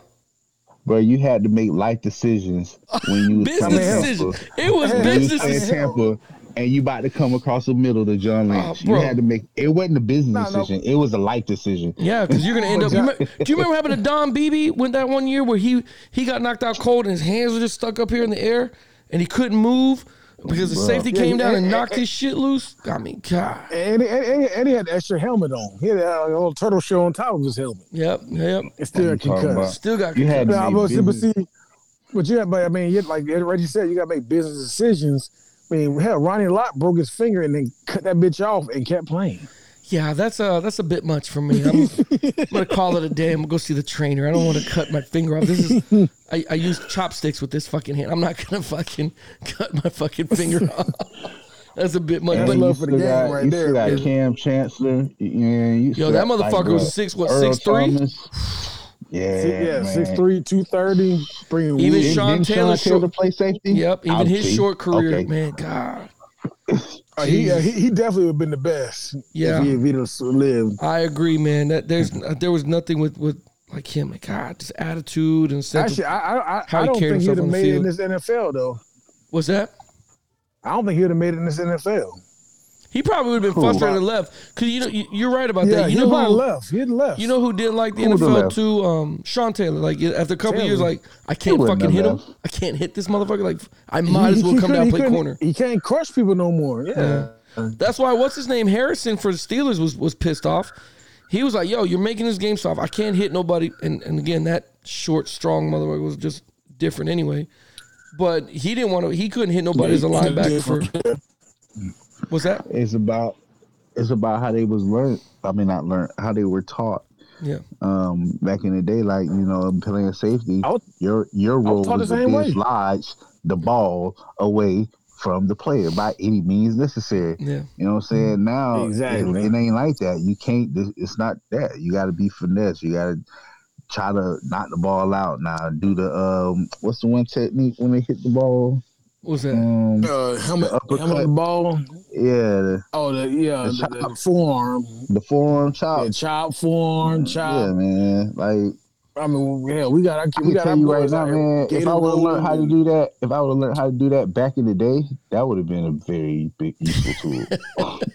D: Bro, you had to make life decisions when you was coming
C: Business
E: hell.
C: decision.
D: Tampa.
C: It was
E: Hey,
D: When you
C: business.
D: was in
C: decision.
D: Tampa, and you about to come across the middle to John Lynch.
C: bro.
D: you had to make. It wasn't a business
E: No, no.
D: decision. It was a life decision.
C: Yeah, because you're gonna end up. You me- do you remember what happened to Don Beebe when that one year where he he got knocked out cold and his hands were just stuck up here in the air and he couldn't move because the safety came down and knocked his shit loose? I mean, God.
E: And he, and, he, and he had the extra helmet on. He had a little turtle shell on top of his helmet.
C: Yep, yep.
E: It's still
D: I'm
E: a
D: talking
E: concussed.
D: about-
C: Still got.
D: You had to
E: Yeah,
D: make
E: but, see, but
D: business-
E: see, but yeah, but I mean, you, like Reggie said, you got to make business decisions. I mean, hell, Ronnie Lott broke his finger and then cut that bitch off and kept playing.
C: Yeah, that's a that's a bit much for me.
E: (laughs)
C: I'm, I'm gonna call it a day. I'm gonna go see the trainer. I don't want to cut my finger off. This is I, I use chopsticks with this fucking hand. I'm not gonna fucking cut my fucking
E: (laughs)
C: finger off. That's a bit much.
E: That's
C: but-
E: a love for the
D: still
E: game
D: got,
E: right
D: you
E: there,
D: still got
C: man.
D: Cam Chancellor. Yeah, you still
C: that
D: got,
C: motherfucker was
D: uh,
C: six- what,
D: Earl
C: 6'3"?
D: Thomas. Yeah,
E: Yeah,
D: man.
E: six three, two thirty, bringing
C: Even
E: wood.
D: Didn't-
C: Sean
D: didn't
C: Taylor short-
D: play safety.
C: Yep, even
D: Ouchie.
C: his short career,
D: Okay.
C: man. God,
E: Uh, he, uh, he he definitely would have been the best.
C: Yeah.
E: if he, if he'd have lived.
C: I agree, man. That there's there was nothing with with like him. Like God, just attitude and sense.
E: Actually, I I, I,
C: How he
E: I
C: carried
E: don't think he'd
C: himself on
E: have
C: the
E: made it in
C: field.
E: this NFL though.
C: What's that?
E: I don't think he'd have made it in this NFL.
C: He probably would have been
D: Who?
C: frustrated and left. Cause you know you, you're right about
E: Yeah,
C: that. You
E: he
C: know
E: probably
C: who,
E: left. He'd left.
C: You know who didn't like the
D: Who would've
C: NFL
D: left?
C: too? Um, Sean Taylor. Like after a couple
E: Taylor.
C: years, like I can't
D: wouldn't
C: fucking hit
D: have
C: him. I can't hit this motherfucker. Like I
E: (laughs)
C: might as well come
E: couldn't-
C: down and
E: he
C: play
E: couldn't-
C: corner.
E: He can't crush people no more. Yeah.
C: That's why what's his name Harrison for the Steelers was was pissed off. He was like, "Yo, you're making this game soft. I can't hit nobody." And and again, that short, strong motherfucker was just different anyway. But he didn't want to. He couldn't hit nobody as a linebacker. For was that?
D: It's about it's about how they was learned. I mean, not learned how they were taught
C: Yeah,
D: um, back in the day. Like you know, playing safety,
E: I was-
D: your your role
E: taught
D: was
E: the
D: to
E: same way.
D: dislodge the ball away from the player by any means necessary.
C: yeah.
D: You know what I'm saying? Now
E: Exactly.
D: it, it ain't like that. You can't. th- It's not that. You got to be finesse. You got to try to knock the ball out. Now do the um. What's the one technique when they hit the ball?
C: What was that?
D: Um,
E: Uh, helmet,
D: The uppercut.
E: helmet ball.
D: yeah, the,
E: Oh, the, yeah,
D: The
E: the,
D: chop.
E: the, forearm,
D: the forearm chop.
E: the chop forearm,
D: Yeah,
E: chop.
D: man. Like
E: I mean, yeah, we got our
D: I
E: we
D: can
E: got
D: tell
E: our
D: you right
E: boys
D: now,
E: out here.
D: man. If I would have
E: Gatorade
D: learned how to
E: and-
D: do that, if I would have learned how to do that back in the day, that would have been a very big useful tool.
E: (laughs)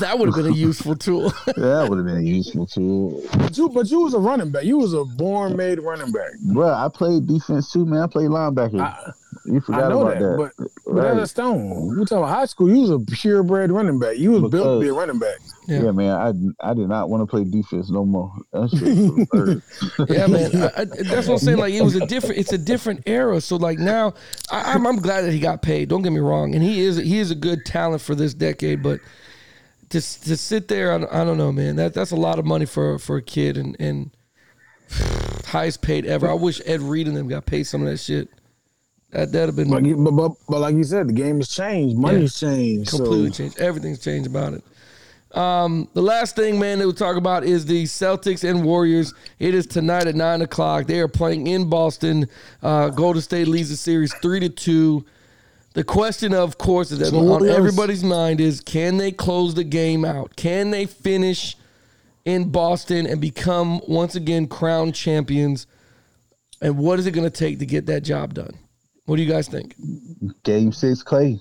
C: That would have been a useful tool.
D: that would have been a useful tool.
E: But you, but you was a running back. You was a born made running back.
D: Bro, I played defense too, man. I played linebacker.
E: I,
D: you forgot
E: I know
D: about
E: that,
D: that.
E: but but that's
D: Right.
E: a stone. We talking about high school. You was a purebred running back. You was built to be a
D: Because-
E: running back.
C: Yeah.
D: Yeah. man, I, I did not want to play defense no more. That shit
E: (laughs)
D: was absurd.
C: Yeah, man. I, I, that's what I'm saying. Like it was a different. It's a different era. So like now, I, I'm, I'm glad that he got paid. Don't get me wrong, and he is he is a good talent for this decade. But to to sit there, I, don't- I don't know, man. That that's a lot of money for for a kid, and and (sighs) highest paid ever. I wish Ed Reed and them got paid some of that shit. That that'd have been
E: But, you- but but but like you said, the game has changed. Money's changed.
C: completely
E: So
C: changed. Everything's changed about it. Um, the last thing, man, that we'll talk about is the Celtics and Warriors. It is tonight at nine o'clock. They are playing in Boston. Uh, Golden State leads the series three to two. The question, of course, is that
E: So
C: on
E: Warriors-
C: everybody's mind is can they close the game out? Can they finish in Boston and become once again crown champions? And what is it going to take to get that job done? What do you guys think?
D: Game six, Clay.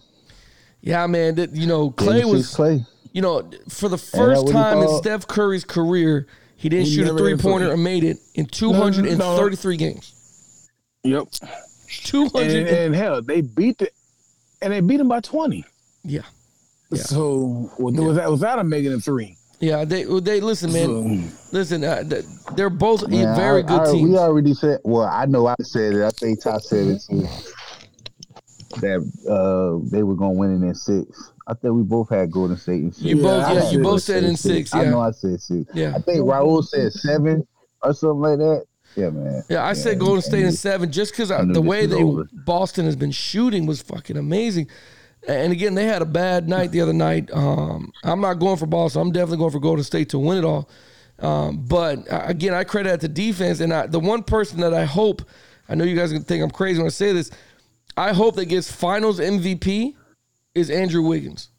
C: Yeah, man. That you know,
D: Game
C: Clay
D: six,
C: was
D: Clay.
C: you know, for the
D: that
C: first
D: uh, what he
C: time in
D: called?
C: Steph Curry's career, he didn't
E: He
C: shoot a
E: never hit
C: three
E: a
C: pointer
E: three.
C: and made it in 233 games.
E: yep. And,
C: 200. and-
E: and hell, they beat the and they beat him by twenty.
C: yeah. Yeah.
E: So with,
C: Yeah.
E: without without him making a three,
C: Yeah. They, well, they listen, man.
E: So-
C: Listen, uh, th- they're both
D: Man,
C: very
D: I-
C: good
D: I-
C: teams.
D: We already said. Well, I know I said it. I think Ty said it too. That uh, they were gonna win it in six. I think we both had Golden State in six.
C: You
E: both-
D: I
E: yeah,
D: had
E: you
D: it
C: both
D: in
C: said in six,
D: I
C: yeah.
D: know I said six.
C: Yeah.
D: I think Raul said seven, or something like that. Yeah, man.
C: Yeah, I said Golden State in seven just because
D: I knew
C: the
D: this
C: way
D: was
C: they
D: over.
C: Boston has been shooting was fucking amazing. And again, they had a bad night the other night. Um, I'm not going for Boston. I'm definitely going for Golden State to win it all. Um, but uh, again, I credit that to defense. And I, the one person that I hope, I know you guys are gonna think I'm crazy when I say this, I hope that gets Finals MVP is Andrew Wiggins.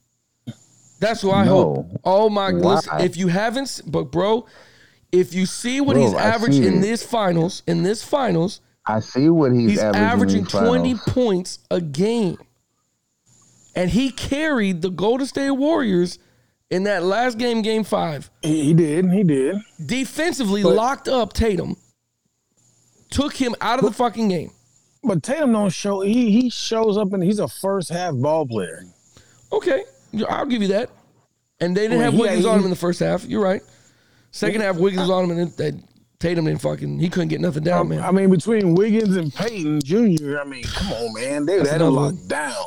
C: That's who I
D: No.
C: hope. Oh my god!
D: Why?
C: Listen, if you haven't, s- but bro, if you see what
D: Bro,
C: he's
D: I
C: averaged
D: see
C: in
D: it.
C: this finals, in this finals,
D: I see what he's,
C: he's
D: averaging,
C: averaging
D: in finals.
C: 20 points a game. And he carried the Golden State Warriors in that last game, game five.
E: He, he did. He did.
C: Defensively locked up Tatum, took him out of the fucking game.
E: But Tatum don't show. He he shows up and he's a first half ball player.
C: Okay, you- I'll give you that. And they didn't
E: Well,
C: have
E: he-
C: Wiggins
E: he-
C: on him in the first half. You're right. Second half, Wiggins was on him, and then that Tatum didn't fucking, he couldn't get nothing down, Oh, man.
E: Um, I mean, between Wiggins and Peyton Jr. I mean, come on, man. They
C: That's
E: had him
C: another
E: locked down.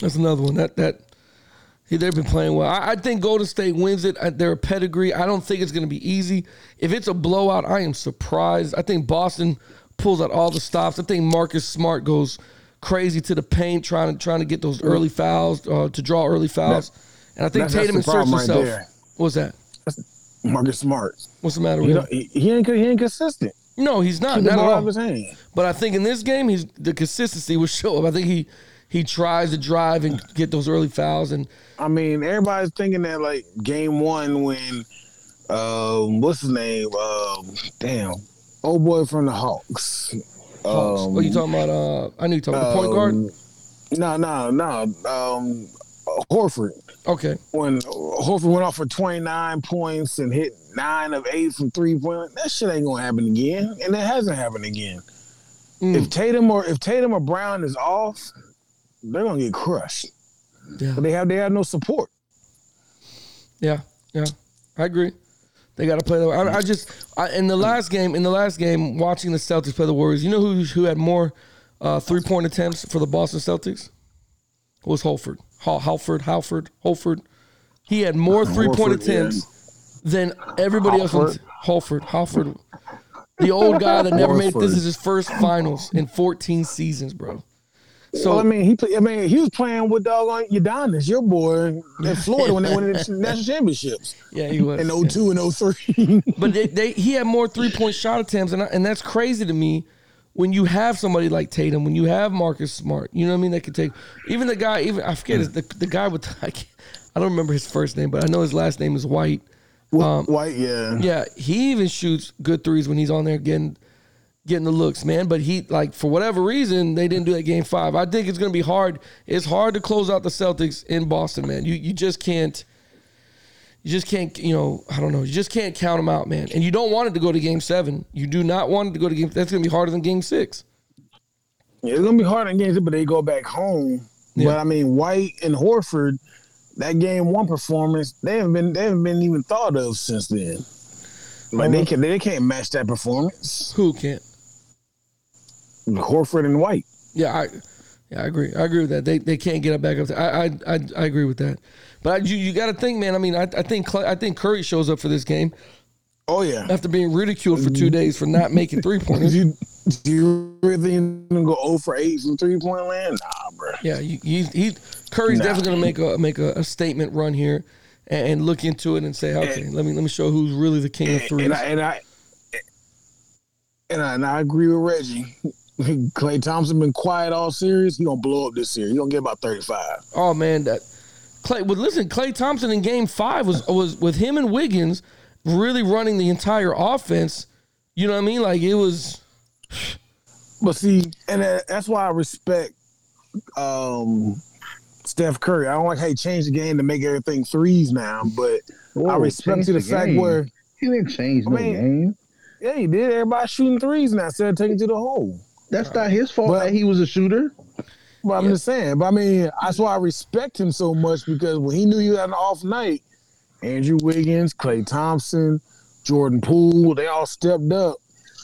C: That's another one. That that he- they've been playing well. I, I think Golden State wins it. I, they're a pedigree. I don't think it's going to be easy. If it's a blowout, I am surprised. I think Boston pulls out all the stops. I think Marcus Smart goes crazy to the paint, trying to trying to get those early fouls uh, to draw early fouls. and I think
E: that's- that's
C: Tatum
E: the
C: inserts
E: problem right
C: himself.
E: there.
C: What's that?
E: Marcus Smart.
C: What's the matter with
E: You know,
C: him?
E: he, he ain't he ain't consistent.
C: No, he's not.
E: Keep the
C: Not at
E: ball out of
C: all.
E: his hand.
C: But I think in this game, he's the consistency will show up. I think he he tries to drive and get those early fouls and.
E: I mean, everybody's thinking that like game one when um what's his name? Um damn. Old boy from the Hawks.
C: Hawks.
E: Um,
C: what are you talking about? Uh, I knew you were talking about the point guard.
E: No, no, no. Um Horford.
C: Okay,
E: When Horford went off for 29 points and hit nine of eight from three point, that shit ain't gonna happen again. And it hasn't happened again.
C: Mm.
E: If Tatum or if Tatum or Brown is off, they're gonna get crushed.
C: Yeah.
E: But they have they have no support.
C: yeah, yeah, I agree. They got to play the. I, I just I, in the last game, in the last game, watching the Celtics play the Warriors. You know who who had more uh, three point attempts for the Boston Celtics? It was Holford, Hal, Halford, Halford, Holford. He had more three point
E: Horford, yeah.
C: attempts than everybody else. Holford, Halford, the old guy that never made it. This
E: Horford.
C: is his first finals in 14 seasons, bro. So
E: Well, I mean, he play, I mean, he was playing with doggone Udonis, your boy, in Florida when they (laughs) won the national championships
C: yeah, he was
E: in
C: yeah.
E: 02 and 03.
C: But they, they, he had more three point shot attempts, and I, and that's crazy to me. When you have somebody like Tatum, when you have Marcus Smart, you know what I mean. That could take even the guy. Even I forget his, the the guy with (laughs) I, can't, I don't remember his first name, but I know his last name is White.
E: (laughs) White, yeah.
C: Yeah, he even shoots good threes when he's on there getting getting the looks, man. But he like for whatever reason they didn't do that game five. I think it's gonna be hard. It's hard to close out the Celtics in Boston, man. You you just can't. You just can't, you know, I don't know. You just can't count them out, man. And you don't want it to go to game seven. You do not want it to go to game. That's going to be harder than game six.
E: Yeah, It's gonna be hard in games, but they go back home.
C: Yeah.
E: But I mean, White and Horford, that game one performance, they haven't been they haven't been even thought of since then. Like they can they can't match that performance.
C: Who can't?
E: Horford and White.
C: Yeah, I, yeah, I agree. I agree with that. They they can't get up back up. There. I, I I I agree with that. But I, you you got to think, man. I mean, I, I think Clay, I think Curry shows up for this game.
E: Oh yeah.
C: after being ridiculed for two
E: Mm-hmm.
C: days for not making three
E: If (laughs)
C: pointers.
E: you do you really gonna go 0 for 8 from three point land? Nah, bro.
C: Yeah, you, you, he Curry's
E: Nah.
C: definitely gonna make a make a, a statement run here and, and look into it and say, okay, let me let me show who's really the king of threes.
E: And I and I and I, and I agree with Reggie. (laughs) Clay Thompson been quiet all series. He gonna blow up this year. He gonna get about thirty five.
C: oh man, that Clay. But listen, Clay Thompson in Game Five was was with him and Wiggins really running the entire offense. You know what I mean? Like it was.
E: But see, and that- that's why I respect um, Steph Curry. I don't like how he changed the game to make everything threes now, but I
D: Whoa,
E: respect
D: change
E: to the,
D: the
E: fact
D: game.
E: where
D: He didn't change
E: I
D: no
E: mean-
D: game.
E: yeah, he did. Everybody shooting threes now instead of taking to the hole.
D: That's not his fault
E: Well-
D: that he was a shooter.
E: But I'm
C: Yeah.
E: just saying. But I mean, that's why I respect him so much because when he knew you had an off night, Andrew Wiggins, Clay Thompson, Jordan Poole, they all stepped up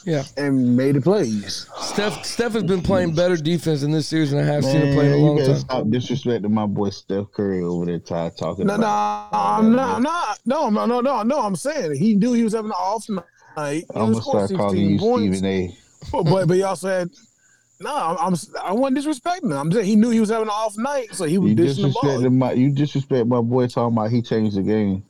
C: Yeah,
E: and made the plays.
C: Steph. Steph has been
E: (sighs)
C: playing better defense in this series than I have seen him play in a long time.
D: stop disrespecting my boy Steph Curry over there, Ty, talking
E: No, no, I'm not, no, no, no, no, no. I'm saying he knew he was having an off night. Like, he
D: I'm gonna
E: only scored
D: start calling
E: 16
D: you
E: points.
D: Stephen A.
E: But (laughs) but he also had no. I'm, I'm I wasn't disrespecting him. I'm just he knew he was having an off night, so he was
D: You
E: dishing the ball.
D: disrespected my you disrespect my boy talking about he changed the game.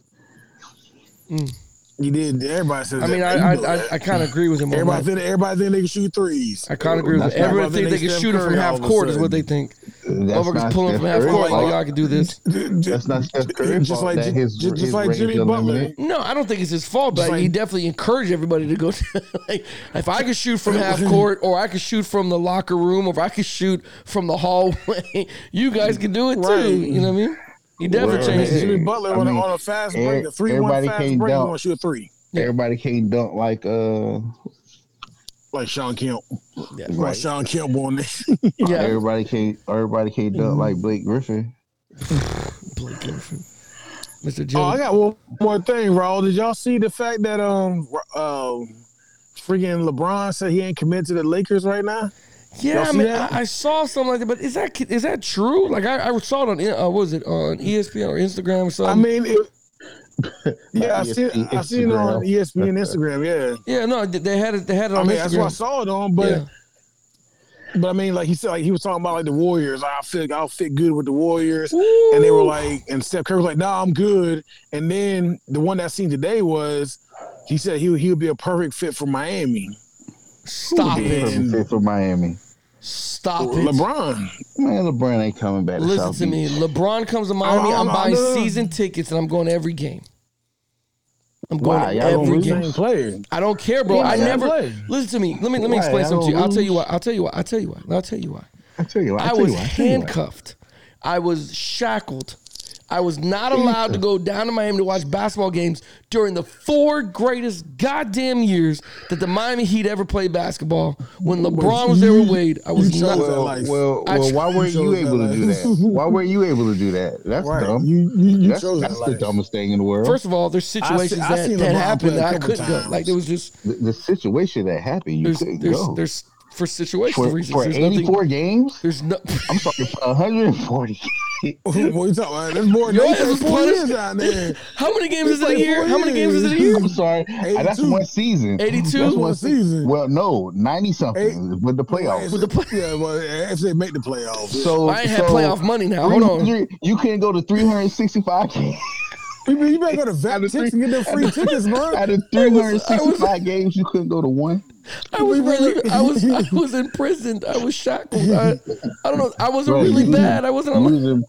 E: He did. Everybody says.
C: I mean,
E: that.
C: I I,
E: You know
C: I,
E: that.
C: I kind of agree with him. On
E: everybody
C: that.
E: think everybody think they can shoot threes.
C: I kind of agree with
D: That's
C: him.
D: not-
C: Everyone think they can
E: Steph
C: shoot it from
E: Curry all
C: half
E: of a
C: court is what
E: sudden.
C: they think.
D: That's
C: Motherfuckers
D: not
C: pulling
D: Steph
C: from half
D: Curry's
C: court like
D: fault.
C: y'all can do this.
D: That's not Steph Curry's
E: Just
D: fault
E: like
D: that his-
E: just, just
D: his
E: like
D: range
E: Jimmy Butler.
D: eliminated.
C: (laughs) No, I don't think it's his fault, but
E: Just like-
C: he definitely encouraged everybody to go. (laughs) like, if I could shoot from half court, or I could shoot from the locker room, or if I could shoot from the hallway, (laughs) you guys can do it too.
E: Right.
C: You know what I mean? He never
D: Right.
C: changed it.
E: Jimmy Butler
D: I
E: on, a-
D: mean,
E: on a fast
D: e-
E: break, a three one
D: everybody
E: fast
D: came
E: break, you
D: down.
E: want to shoot a three
D: Everybody can't dunk like uh
E: like Sean Kemp.
C: Yeah,
E: Right.
C: right.
E: Sean Kemp on (laughs) this.
C: yeah.
D: everybody can't everybody can't dunk like Blake Griffin.
C: Blake Griffin. Mr. Jim.
E: Oh, I got one more thing, Raul. Did y'all see the fact that um um freaking LeBron said he ain't committed to the Lakers right now?
C: yeah,
E: y'all
C: I
E: see
C: mean,
E: that?
C: I, I saw something like that, but is that is that true? Like, I, I saw it on uh, what was it on ESPN or Instagram or something?
E: I mean, (laughs) it, yeah, I seen
D: ESPN,
E: I seen it on E
D: Instagram.
E: ESPN Instagram. Yeah,
C: yeah, no, they- they had it. They had it on
E: I mean
C: Instagram.
E: that's what I saw it on, but.
C: Yeah.
E: But I mean, like he said, like he was talking about like the Warriors. I fit, I'll fit good with the Warriors, and they were like, and Steph Curry was like, "Nah, I'm good." And then the one that I seen today was, he said he he would be a perfect fit for Miami.
C: Stop it!
E: And-
D: Fit for Miami.
C: Stop it!
E: LeBron,
D: Man, LeBron ain't coming back. To
C: Listen
D: South
C: to
D: Beach.
C: me. LeBron comes to Miami.
D: Oh,
E: I'm-
C: I'm,
E: I'm
C: buying
E: done.
C: season tickets and I'm going to every game. I'm going
D: Why?
C: to
D: Y'all gonna
C: every
D: lose
C: game.
E: same player.
C: I don't care, bro. I
D: y'all
C: never
E: play.
C: listen to me. Let me let me
D: Why?
C: explain
D: Y'all
C: something to you.
D: gonna
C: I'll tell you
D: lose?
C: why. I'll tell you why. I'll tell you why. I'll tell you why.
D: I tell you, what, I,
C: I
D: tell
C: was
D: you, what, I tell you what.
C: handcuffed. I was shackled. I was not allowed to go down to Miami to watch basketball games during the four greatest goddamn years that the Miami Heat ever played basketball. When LeBron was there with Wade, I was
E: you chose
C: not.
E: that
D: Well,
E: life.
D: well,
C: I
D: well, why
E: chose
D: weren't you
E: that
D: able to do
E: life.
D: that? Why weren't you able to do that? That's
E: Right.
D: dumb.
E: You you, you
D: that's
E: chose
D: that's
E: that
D: the
E: life.
D: dumbest thing in the world.
C: First of all, there's situations
E: I
C: that,
E: seen
C: that
E: LeBron play
C: happened
E: a
C: that I
E: couple
C: couldn't go.
E: times.
C: Like there was just
D: the, the situation that happened, you
C: there's
D: couldn't
C: there's
D: go
C: there's for situational
D: for,
C: reasons.
D: for
C: there's
D: 84
C: nothing.
D: games.
C: There's
E: (laughs)
C: no.
D: I'm sorry,
C: (laughs)
D: for 140.
E: (laughs) what you talking about? There's more
C: Yo,
E: than
C: it's a
E: 84 years
C: punish- (laughs)
E: out there.
C: How many games is it a
E: Like
C: year?
E: four
C: How many games is it a
E: years. (laughs)
C: year?
D: I'm sorry, that's
E: 82.
D: one season.
C: 82?
D: That's
E: One season.
D: Well, no, 90 something with the playoffs.
C: With the play-
E: yeah, well, if they make the playoffs,
D: So
C: I ain't had
D: so
C: playoff money now. Hold on.
D: 300 You couldn't go to (laughs) 365 games.
E: you, you better go to Vat Tickets and get them free tickets, man.
D: Out of 365 games, you couldn't go to one.
C: I was really,
E: (laughs)
C: I was, I was imprisoned. I was shackled. I, I don't know. I wasn't
D: Bro,
C: really
D: you-
C: bad. I wasn't.
D: You
C: allowed-
D: was in,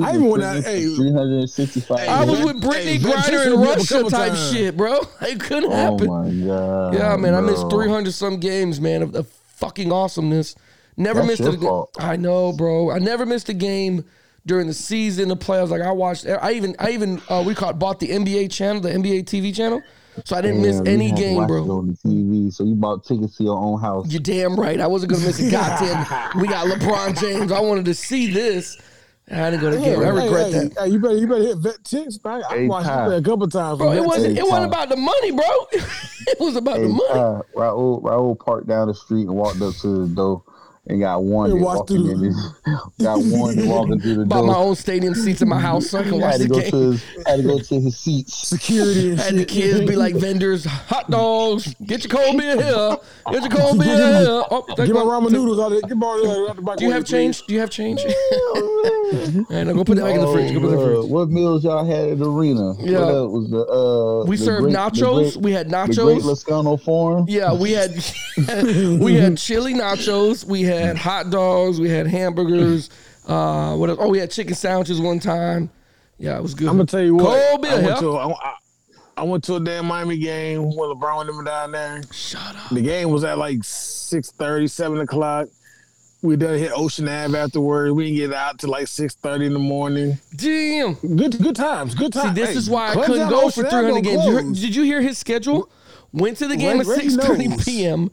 D: you
E: I
D: was
E: even
D: in
E: went out-
D: prison
E: hey.
D: for 365
C: I was
D: days.
C: with Brittany
E: Hey, Van
C: Griner in
E: Tickets a
C: Russia
E: couple
C: type
E: times.
C: shit, bro. (laughs) It couldn't
D: Oh
C: happen.
D: my god.
C: Yeah, man, I missed
D: bro.
C: 300 some games, man, of the fucking awesomeness. Never
D: That's
C: missed
D: your
C: a
D: fault.
C: I know, bro. I never missed a game during the season, the playoffs. Like I watched I even I even uh, we caught bought the NBA channel, the NBA TV channel. So I didn't miss
D: Damn, you
C: any
D: had to
C: game,
D: watch
C: bro.
D: it On the TV, so you bought tickets to your own house.
C: You're damn right. I wasn't gonna miss
D: (laughs)
C: a goddamn. we got LeBron James. I wanted to see this. I didn't go to the game. I regret
E: hey,
C: that.
E: Hey, you better you better hit Vet Tickets. man. I, I
D: Hey,
E: watched
D: Ty.
E: you play a couple times.
C: Bro,
E: with
C: it
E: Vet
C: wasn't.
E: Tickets.
C: It wasn't about the money, bro. (laughs) it was about the
D: Hey,
C: money.
D: uh, Raul, Raul parked down the street and walked up to the door and got warned
E: He walked
D: walking
E: through.
D: in his, (laughs)
C: (laughs)
D: got warned walking through the
C: Bought
D: door.
C: my own stadium seats in my house so I can
D: I
C: watch
D: had to
C: the
D: go
C: game.
D: to his, had to go to his seats.
C: (laughs)
E: security and
C: Had the
E: shit.
C: kids be like vendors, hot dogs. Get your cold beer here. Get your cold beer here. Oh,
E: (laughs) Get my ramen
C: do,
E: noodles out of it. Get my uh, out of the
C: do you have change? Do you have (laughs) change? Hey, no, go put that back in the fridge. Go put that in the
D: Oh,
C: fridge.
D: Lord. What meals y'all had at the arena?
C: Yeah.
D: What else was the uh?
C: We
D: the
C: served
D: great- the
C: nachos.
D: great-
C: we had
D: The Great
C: nachos.
D: Lascano Forum.
C: Yeah, we had (laughs) we had chili nachos, we had hot dogs, we had hamburgers. Uh, what else? Oh, we had chicken sandwiches one time. Yeah, it was good.
E: I'm gonna tell you what.
C: Cold beer,
E: I
C: yeah.
E: went to I, I- I went to a damn Miami game when LeBron and them were down there.
C: Shut up.
E: The game was at like 6.30, 7 o'clock. We done hit Ocean Ave afterwards. We didn't get out till like six thirty in the morning.
C: Damn.
E: Good, good times. Good
C: See,
E: times.
C: this
E: Hey,
C: is why I
E: clubs
C: couldn't
E: out
C: go
E: Ocean
C: for
E: Ave
C: 300
E: don't
C: games. You heard-
E: close.
C: did you hear his schedule? Went to the game
E: Reg-
C: at
E: Reggie
C: 6:30
E: knows.
C: p.m.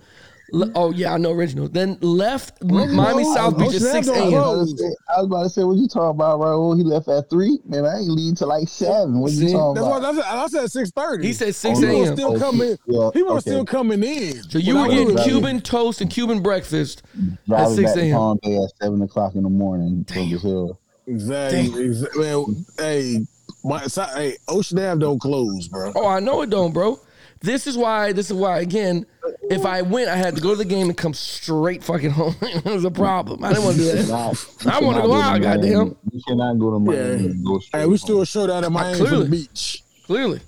C: Le- oh yeah, I know Reginald. Then left Miami
E: knows.
C: South Beach at
E: Ocean Ave
C: 6
E: don't
C: a.m.
E: close.
D: I was, about to say, what you talking about, Raul? He left at three, man. I ain't leave till like seven. What
C: See?
D: you talking
E: That's why
D: about?
E: that's, I said six
C: Oh,
E: thirty. Oh,
C: He said 6
E: People
C: a.m.
E: were still
D: Okay.
E: coming.
D: Yeah,
E: People
D: okay.
E: were still coming in.
C: So you
E: When
C: were
E: I
C: getting
E: was-
D: Right.
C: Cuban toast and Cuban breakfast.
D: Driving
C: 6
D: back to
C: a.m.
D: Palm Bay at seven o'clock in the morning from the hill.
E: Exactly. exactly. Man, hey, my, so- hey, Ocean Ave don't close, bro.
C: Oh, I know it don't, bro. This is why. This is why. Again, if I went, I had to go to the game and come straight fucking home. (laughs) it was a problem. I didn't want to do
E: (laughs)
C: that. (laughs) I wanna go out, goddamn.
D: You cannot go to Miami.
E: Yeah.
D: and go straight
E: Hey, we
D: home.
E: still a showdown at Miami for
C: Clearly.
E: the beach.
C: Clearly.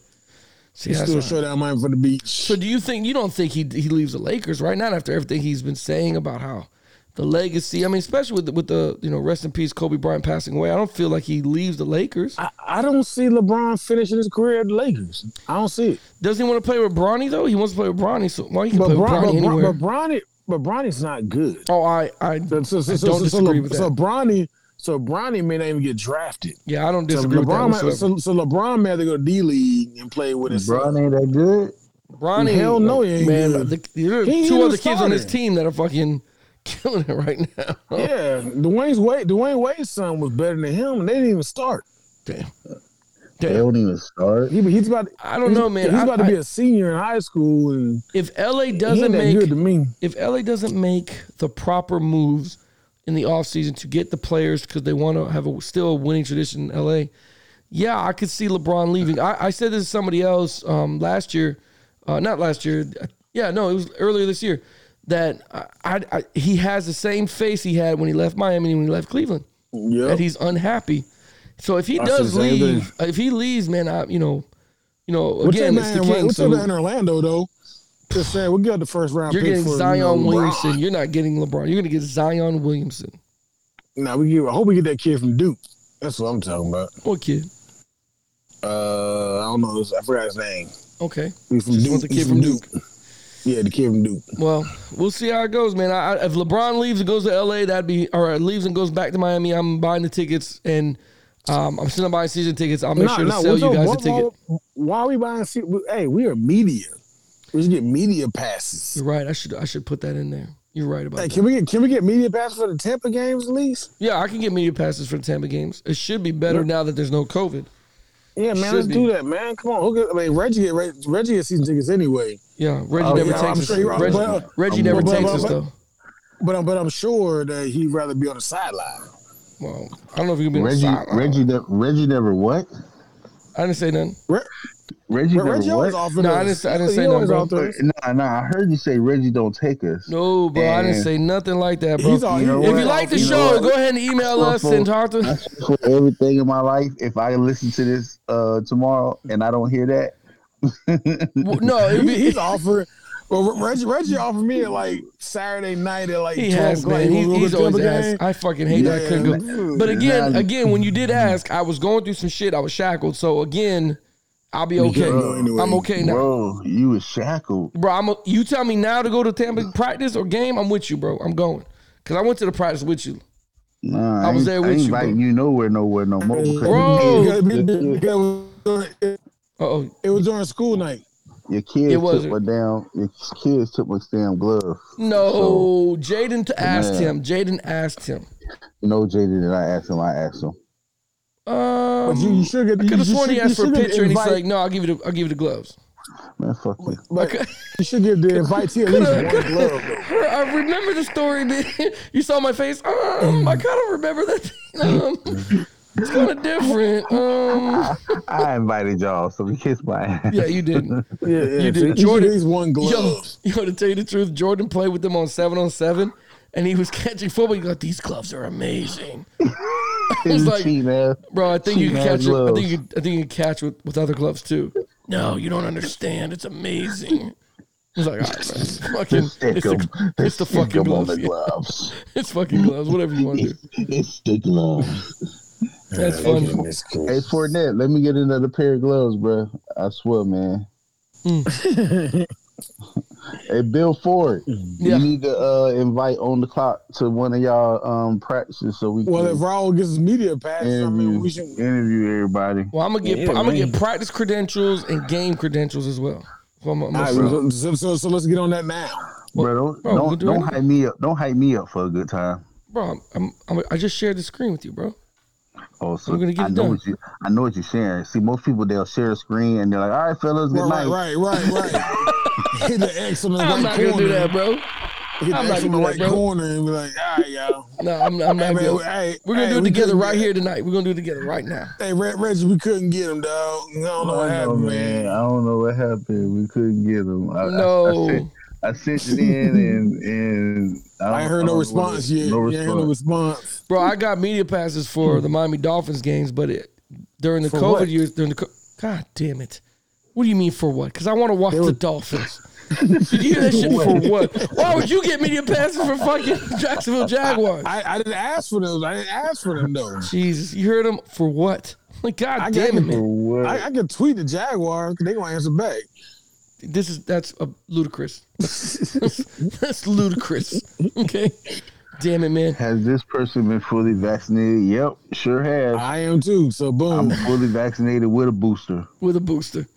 C: See,
E: We
C: that's
E: still a
C: why.
E: showdown at Miami for the beach.
C: So do you think you don't think he he leaves the Lakers right now after everything he's been saying about how the legacy? I mean, especially with the, with the you know rest in peace Kobe Bryant passing away. I don't feel like he leaves the Lakers.
E: I, I don't see LeBron finishing his career at the Lakers. I don't see it.
C: Doesn't he want to play with Bronny though? He wants to play with Bronny. So why he can
E: But
C: play with
E: Bron,
C: Bronny
E: but, Bron,
C: anywhere?
E: but Bronny, but Bronny's not good.
C: oh, I I
E: So, so, so,
C: I
E: so,
C: don't
E: so,
C: disagree
E: so,
C: with that.
E: so Bronny, so Bronny may not even get drafted.
C: yeah, I don't
E: So
C: disagree with that.
E: LeBron, may,
C: whatsoever.
E: so, so LeBron may have to go D League and play with his
D: LeBron ain't that good.
C: Bronny,
E: Hell no, he ain't
C: man.
E: good.
C: The, there are
E: He ain't
C: two
E: even
C: other kids on his
E: starting.
C: team that are fucking (laughs) killing it right now.
E: Yeah, Dwayne's Wade, Dwayne Wade's son was better than him, and they didn't even start.
C: Damn.
D: They
C: Damn.
D: don't even start.
E: He, he's about.
C: I don't
E: he's-
C: know, man.
E: He's
C: I-
E: about to
C: I-
E: be a senior in high school, and
C: If LA
E: he
C: doesn't
E: ain't that
C: make
E: good to me.
C: if LA doesn't make the proper moves in the offseason to get the players because they want to have a still a winning tradition in LA, yeah, I could see LeBron leaving. I, I said this to somebody else um, last year, uh, not last year, yeah, no, it was earlier this year that I, I, I, he has the same face he had when he left Miami and when he left Cleveland
E: Yeah,
C: that he's unhappy. So if he
E: I
C: does
E: said the same
C: leave, if he leaves, man, I you know, you know,
E: What's
C: again,
E: that
C: it's the
E: man?
C: king.
E: What's that man in
C: So
E: Orlando though? Just saying, we got the first round.
C: you're
E: pick
C: getting
E: for,
C: Zion
E: you know, LeBron.
C: Williamson. You're not getting LeBron. You're gonna get Zion Williamson.
E: Nah, we get. I hope we get that kid from Duke. That's what I'm talking about.
C: What kid?
E: Uh, I don't know. his- I forgot his name.
C: Okay.
E: He's from
C: Just
E: Duke.
C: want the kid
E: He's
C: from Duke.
E: Yeah, the kid from Duke.
C: Well, we'll see how it goes, man. I, I- if LeBron leaves and goes to LA, that'd be or leaves and goes back to Miami. I'm buying the tickets and um, I'm still buying season tickets. I'll make sure to sell
E: what's
C: you
E: up?
C: guys a
E: Why-
C: ticket.
E: Why, why are we buying? se- we- Hey, we are media. We should get media passes.
C: You're right. I should I should put that in there. You're right about
E: Hey,
C: that.
E: can we get can we get media passes for the Tampa games at least?
C: Yeah, I can get media passes for the Tampa games. It should be better now that there's no COVID.
E: Yeah, man,
C: Should
E: let's
C: be.
E: do that, man. Come on, hook it. I mean, Reggie get Reg- Reggie get season tickets anyway,
C: Yeah, Reggie
D: Oh,
C: never
D: yeah,
E: I'm
C: takes
E: sure
C: us.
E: you're right.
C: Reggie,
E: But-
C: Reggie
D: I'm
C: never
D: right.
C: takes
E: But-
C: us
E: but-
C: though.
E: but I'm but I'm sure that he'd rather be on the sideline.
C: Well, I don't know if you can be on the
D: Reggie,
C: sideline.
D: Reggie, ne- Reggie never what?
C: I didn't say nothing.
E: Re-
D: Reggie
E: Re-
D: never
E: Reggie always
D: what?
E: offered
C: No, I
E: us.
C: didn't- I didn't
E: He
C: say
E: always
C: nothing, bro.
E: offered us.
D: Nah, nah. I heard you say Reggie don't take us.
C: No, bro, I didn't
D: And-
C: say nothing like that, bro.
E: He's all,
D: You know
E: he,
D: what?
C: If you like the
D: You know
C: show,
D: what?
C: go ahead and email us and talk
D: I
C: to.
D: swear for everything in my life, if I listen to this uh, tomorrow and I don't hear that,
C: Well, No, it'd
E: he,
C: be,
E: he's offered. Well, Re- Reggie Reggie offered me like Saturday night at like
C: he
E: 12
C: has
E: o'clock.
C: man.
E: You
C: He's,
E: wanna go
C: he's
E: to Tampa
C: always
E: game?
C: asked. I fucking hate that I couldn't go.
E: dude.
C: But again,
D: Nah.
C: again, when you did ask, I was going through some shit. I was shackled, so again, I'll be okay.
E: couldn't go anyway.
C: I'm okay now,
D: bro, you was shackled.
C: bro. I'm. A, you tell me now to go to Tampa practice or game. I'm with you, bro. I'm going because I went to the practice with you.
D: Nah,
C: I was
D: ain't-
C: there
D: I
C: with
D: ain't
C: you,
D: inviting
C: bro.
D: you nowhere, nowhere, no more. 'cause
C: Bro.
D: your kid- your kid-
E: It
C: Uh oh,
E: was during school night.
D: Your
C: It
D: kids took
C: wasn't.
D: my damn. Your kids took my damn glove.
C: no, Jaden t- asked
D: Man.
C: him. Jaden asked him.
D: You know, Jaden did I asked him. I asked him.
C: Um,
E: But you, you should get.
C: I could
E: you
C: have sworn
E: should-
C: he
E: you
C: asked for a
E: should get
C: picture, and he's
E: invite-
C: like, "No, I'll give you the, I'll give you the gloves."
D: Man, fuck you.
E: But you should give the invitee at least one glove.
C: (laughs)
E: though.
C: I remember the story. (laughs) That you saw my face. Um, I kind of remember that. (laughs) Thing. Um, it's kind of different. Um,
D: I invited y'all, so he kissed my ass.
C: yeah, you didn't.
E: Yeah, yeah.
C: You
E: (laughs) You
C: did.
E: did.
C: Jordan-
E: Jordan, at least one
C: Yo,
E: glove.
C: yo, to tell you the truth, Jordan played with them on seven on seven, and he was (laughs) catching football. He got these gloves are amazing,
D: (laughs) You
C: like-
D: cheating ass.
C: bro. I think you can
D: Cheating ass
C: catch. It, I
D: gloves.
C: think you, I think you can catch with, with other gloves too. No, you don't understand. It's amazing. I was like, all right, man, it's fucking,
D: Stick
C: it's
D: 'em.
C: the, it's the
D: Stick 'em
C: fucking
D: on
C: gloves.
D: the
C: yeah.
D: gloves.
C: (laughs) It's fucking gloves. Whatever you want
D: (laughs)
E: (laughs)
C: to do.
D: it's the gloves.
C: That's funny.
D: Hey Fournette, let me get another pair of gloves, bro. I swear, man.
C: Hmm.
D: hey Bill Ford,
C: Yeah.
D: you need to uh, invite on the clock to one of y'all um, practices so we
E: Well, if
D: can
E: Raul gets his media pass, I mean,
D: interview,
E: we should.
D: interview everybody.
C: Well, I'm gonna get
E: Yeah,
C: I'm gonna
E: man.
C: get practice credentials and game credentials as well. So I'm- I'm
E: All right,
C: gonna-
E: so- so, so, so let's get on that now.
D: Bro, don't
C: bro, we'll
D: don't,
C: do
D: don't
C: it.
D: hype me up. Don't hype me up for a good time.
C: bro, I'm, I'm, I'm, I just shared the screen with you, bro.
D: Oh, so
C: We're gonna get
D: I
C: it
D: know
C: done.
D: what you I know what you're sharing. See, most people they'll share the screen and they're like, "All right, fellas, good
E: Right,
D: night."
C: (laughs)
E: right, right, right. Hit the X on the
C: I'm
E: right
C: not
E: corner.
C: gonna do that, bro.
E: Get the
C: I'm not
E: X from the
C: doing that,
E: right
C: bro.
E: corner and be like, all right, y'all.
C: No, I'm, I'm not.
E: Hey, man,
C: doing
E: we- hey,
C: We're gonna
E: hey,
C: do it
E: we
C: together
E: couldn't
C: right
E: get-
C: here tonight. We're gonna do it together right now.
E: Hey, Reg- Reggie, we couldn't get him, dog. I don't know
D: I
E: what
D: don't know,
E: happened,
D: man.
E: man.
D: I don't know what happened. We couldn't get him. I, I-
C: No.
D: I, sent, I sent it in and and
E: I ain't heard
D: don't
E: no
D: know
E: response
D: what-
E: yet.
D: No
E: You ain't heard no
D: response.
E: response.
C: Bro, I got media passes for the Miami Dolphins games, but it, during the
E: Hmm. For
C: COVID
E: what?
C: years, during the co- God damn it. What do you mean for what? Because I want to watch the
E: (laughs)
C: Dolphins. Did you hear that shit for what? Why would you get media passes for fucking (laughs) Jacksonville Jaguars?
E: I, I didn't ask for those. I didn't ask for
C: (laughs)
E: them though.
C: Jesus, you heard them for what? Like God
E: I got
C: damn it,
E: you.
C: man.
D: What?
E: I, I can tweet the Jaguars. 'cause They gonna answer back.
C: This is that's uh
E: (laughs)
C: ludicrous. that's ludicrous. Okay. Damn it, man.
D: Has this person been fully vaccinated? Yep, sure have.
E: I am too. So
D: I'm
E: boom.
D: fully vaccinated with a booster.
C: With a booster.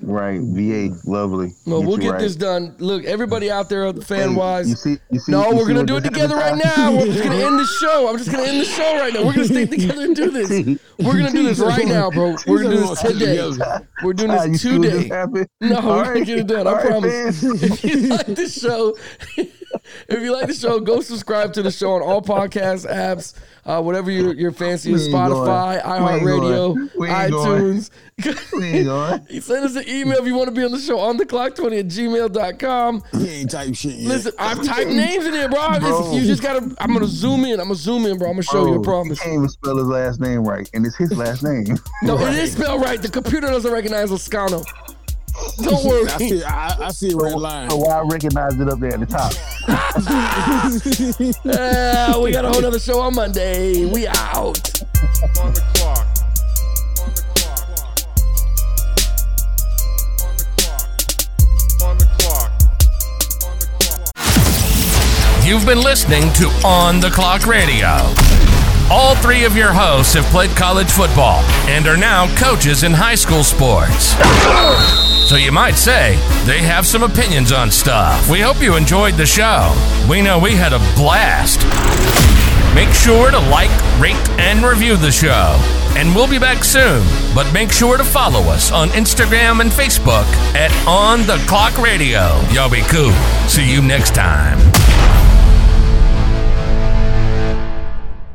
D: Right, VA, lovely.
C: No, we'll
D: you
C: get
D: right.
C: this done. Look, everybody out there, fan wise,
D: You see, you see,
C: No,
D: you
C: we're
D: see
C: gonna
D: what
C: do it
D: just
C: together right
D: happened,
C: now.
D: (laughs)
C: We're just gonna end the show. I'm just gonna end the show right now. We're gonna stay together and do this.
D: (laughs)
C: We're gonna do this right now, bro. We're gonna do this today. We're doing
D: Ty? You
C: this
D: see what just
C: today.
D: happened?
C: No,
D: (laughs) All
C: we're gonna
D: right.
C: get it done. I
D: All right,
C: promise. (laughs)
D: man.
C: If you like the show, (laughs) if you like the show, go subscribe to the show on all podcast apps, uh, whatever your your fancy is,
D: We ain't going.
C: Spotify,
D: We ain't
C: iHeartRadio,
D: going. We ain't going.
C: iTunes.
D: We ain't going.
C: Send us an email if you want to be on the show on the clock 20 at gmail.com.
E: He ain't type shit yet.
C: Listen, I've typed names in there, bro. I just-
D: Bro.
C: you just gotta. I'm gonna zoom in. I'm gonna zoom in, bro. I'm gonna show you. I
D: Bro,
C: promise.
D: oh, He can't even spell his last name right, and it's his last name. (laughs)
C: No, it is spelled right. The computer doesn't recognize Lascano. Don't
E: I
C: worry.
E: see. I, I see a red line.
D: so why I recognize it up there at the top?
C: Uh, we got a whole nother show on Monday. We out.
F: On the clock. On the clock. On the clock. On the clock. On the clock.
A: You've been listening to On the Clock Radio. All three of your hosts have played college football and are now coaches in high school sports. So you might say they have some opinions on stuff. We hope you enjoyed the show. We know we had a blast. Make sure to like, rate, and review the show. And we'll be back soon. But make sure to follow us on Instagram and Facebook at On the Clock Radio. Y'all be cool. See you next time.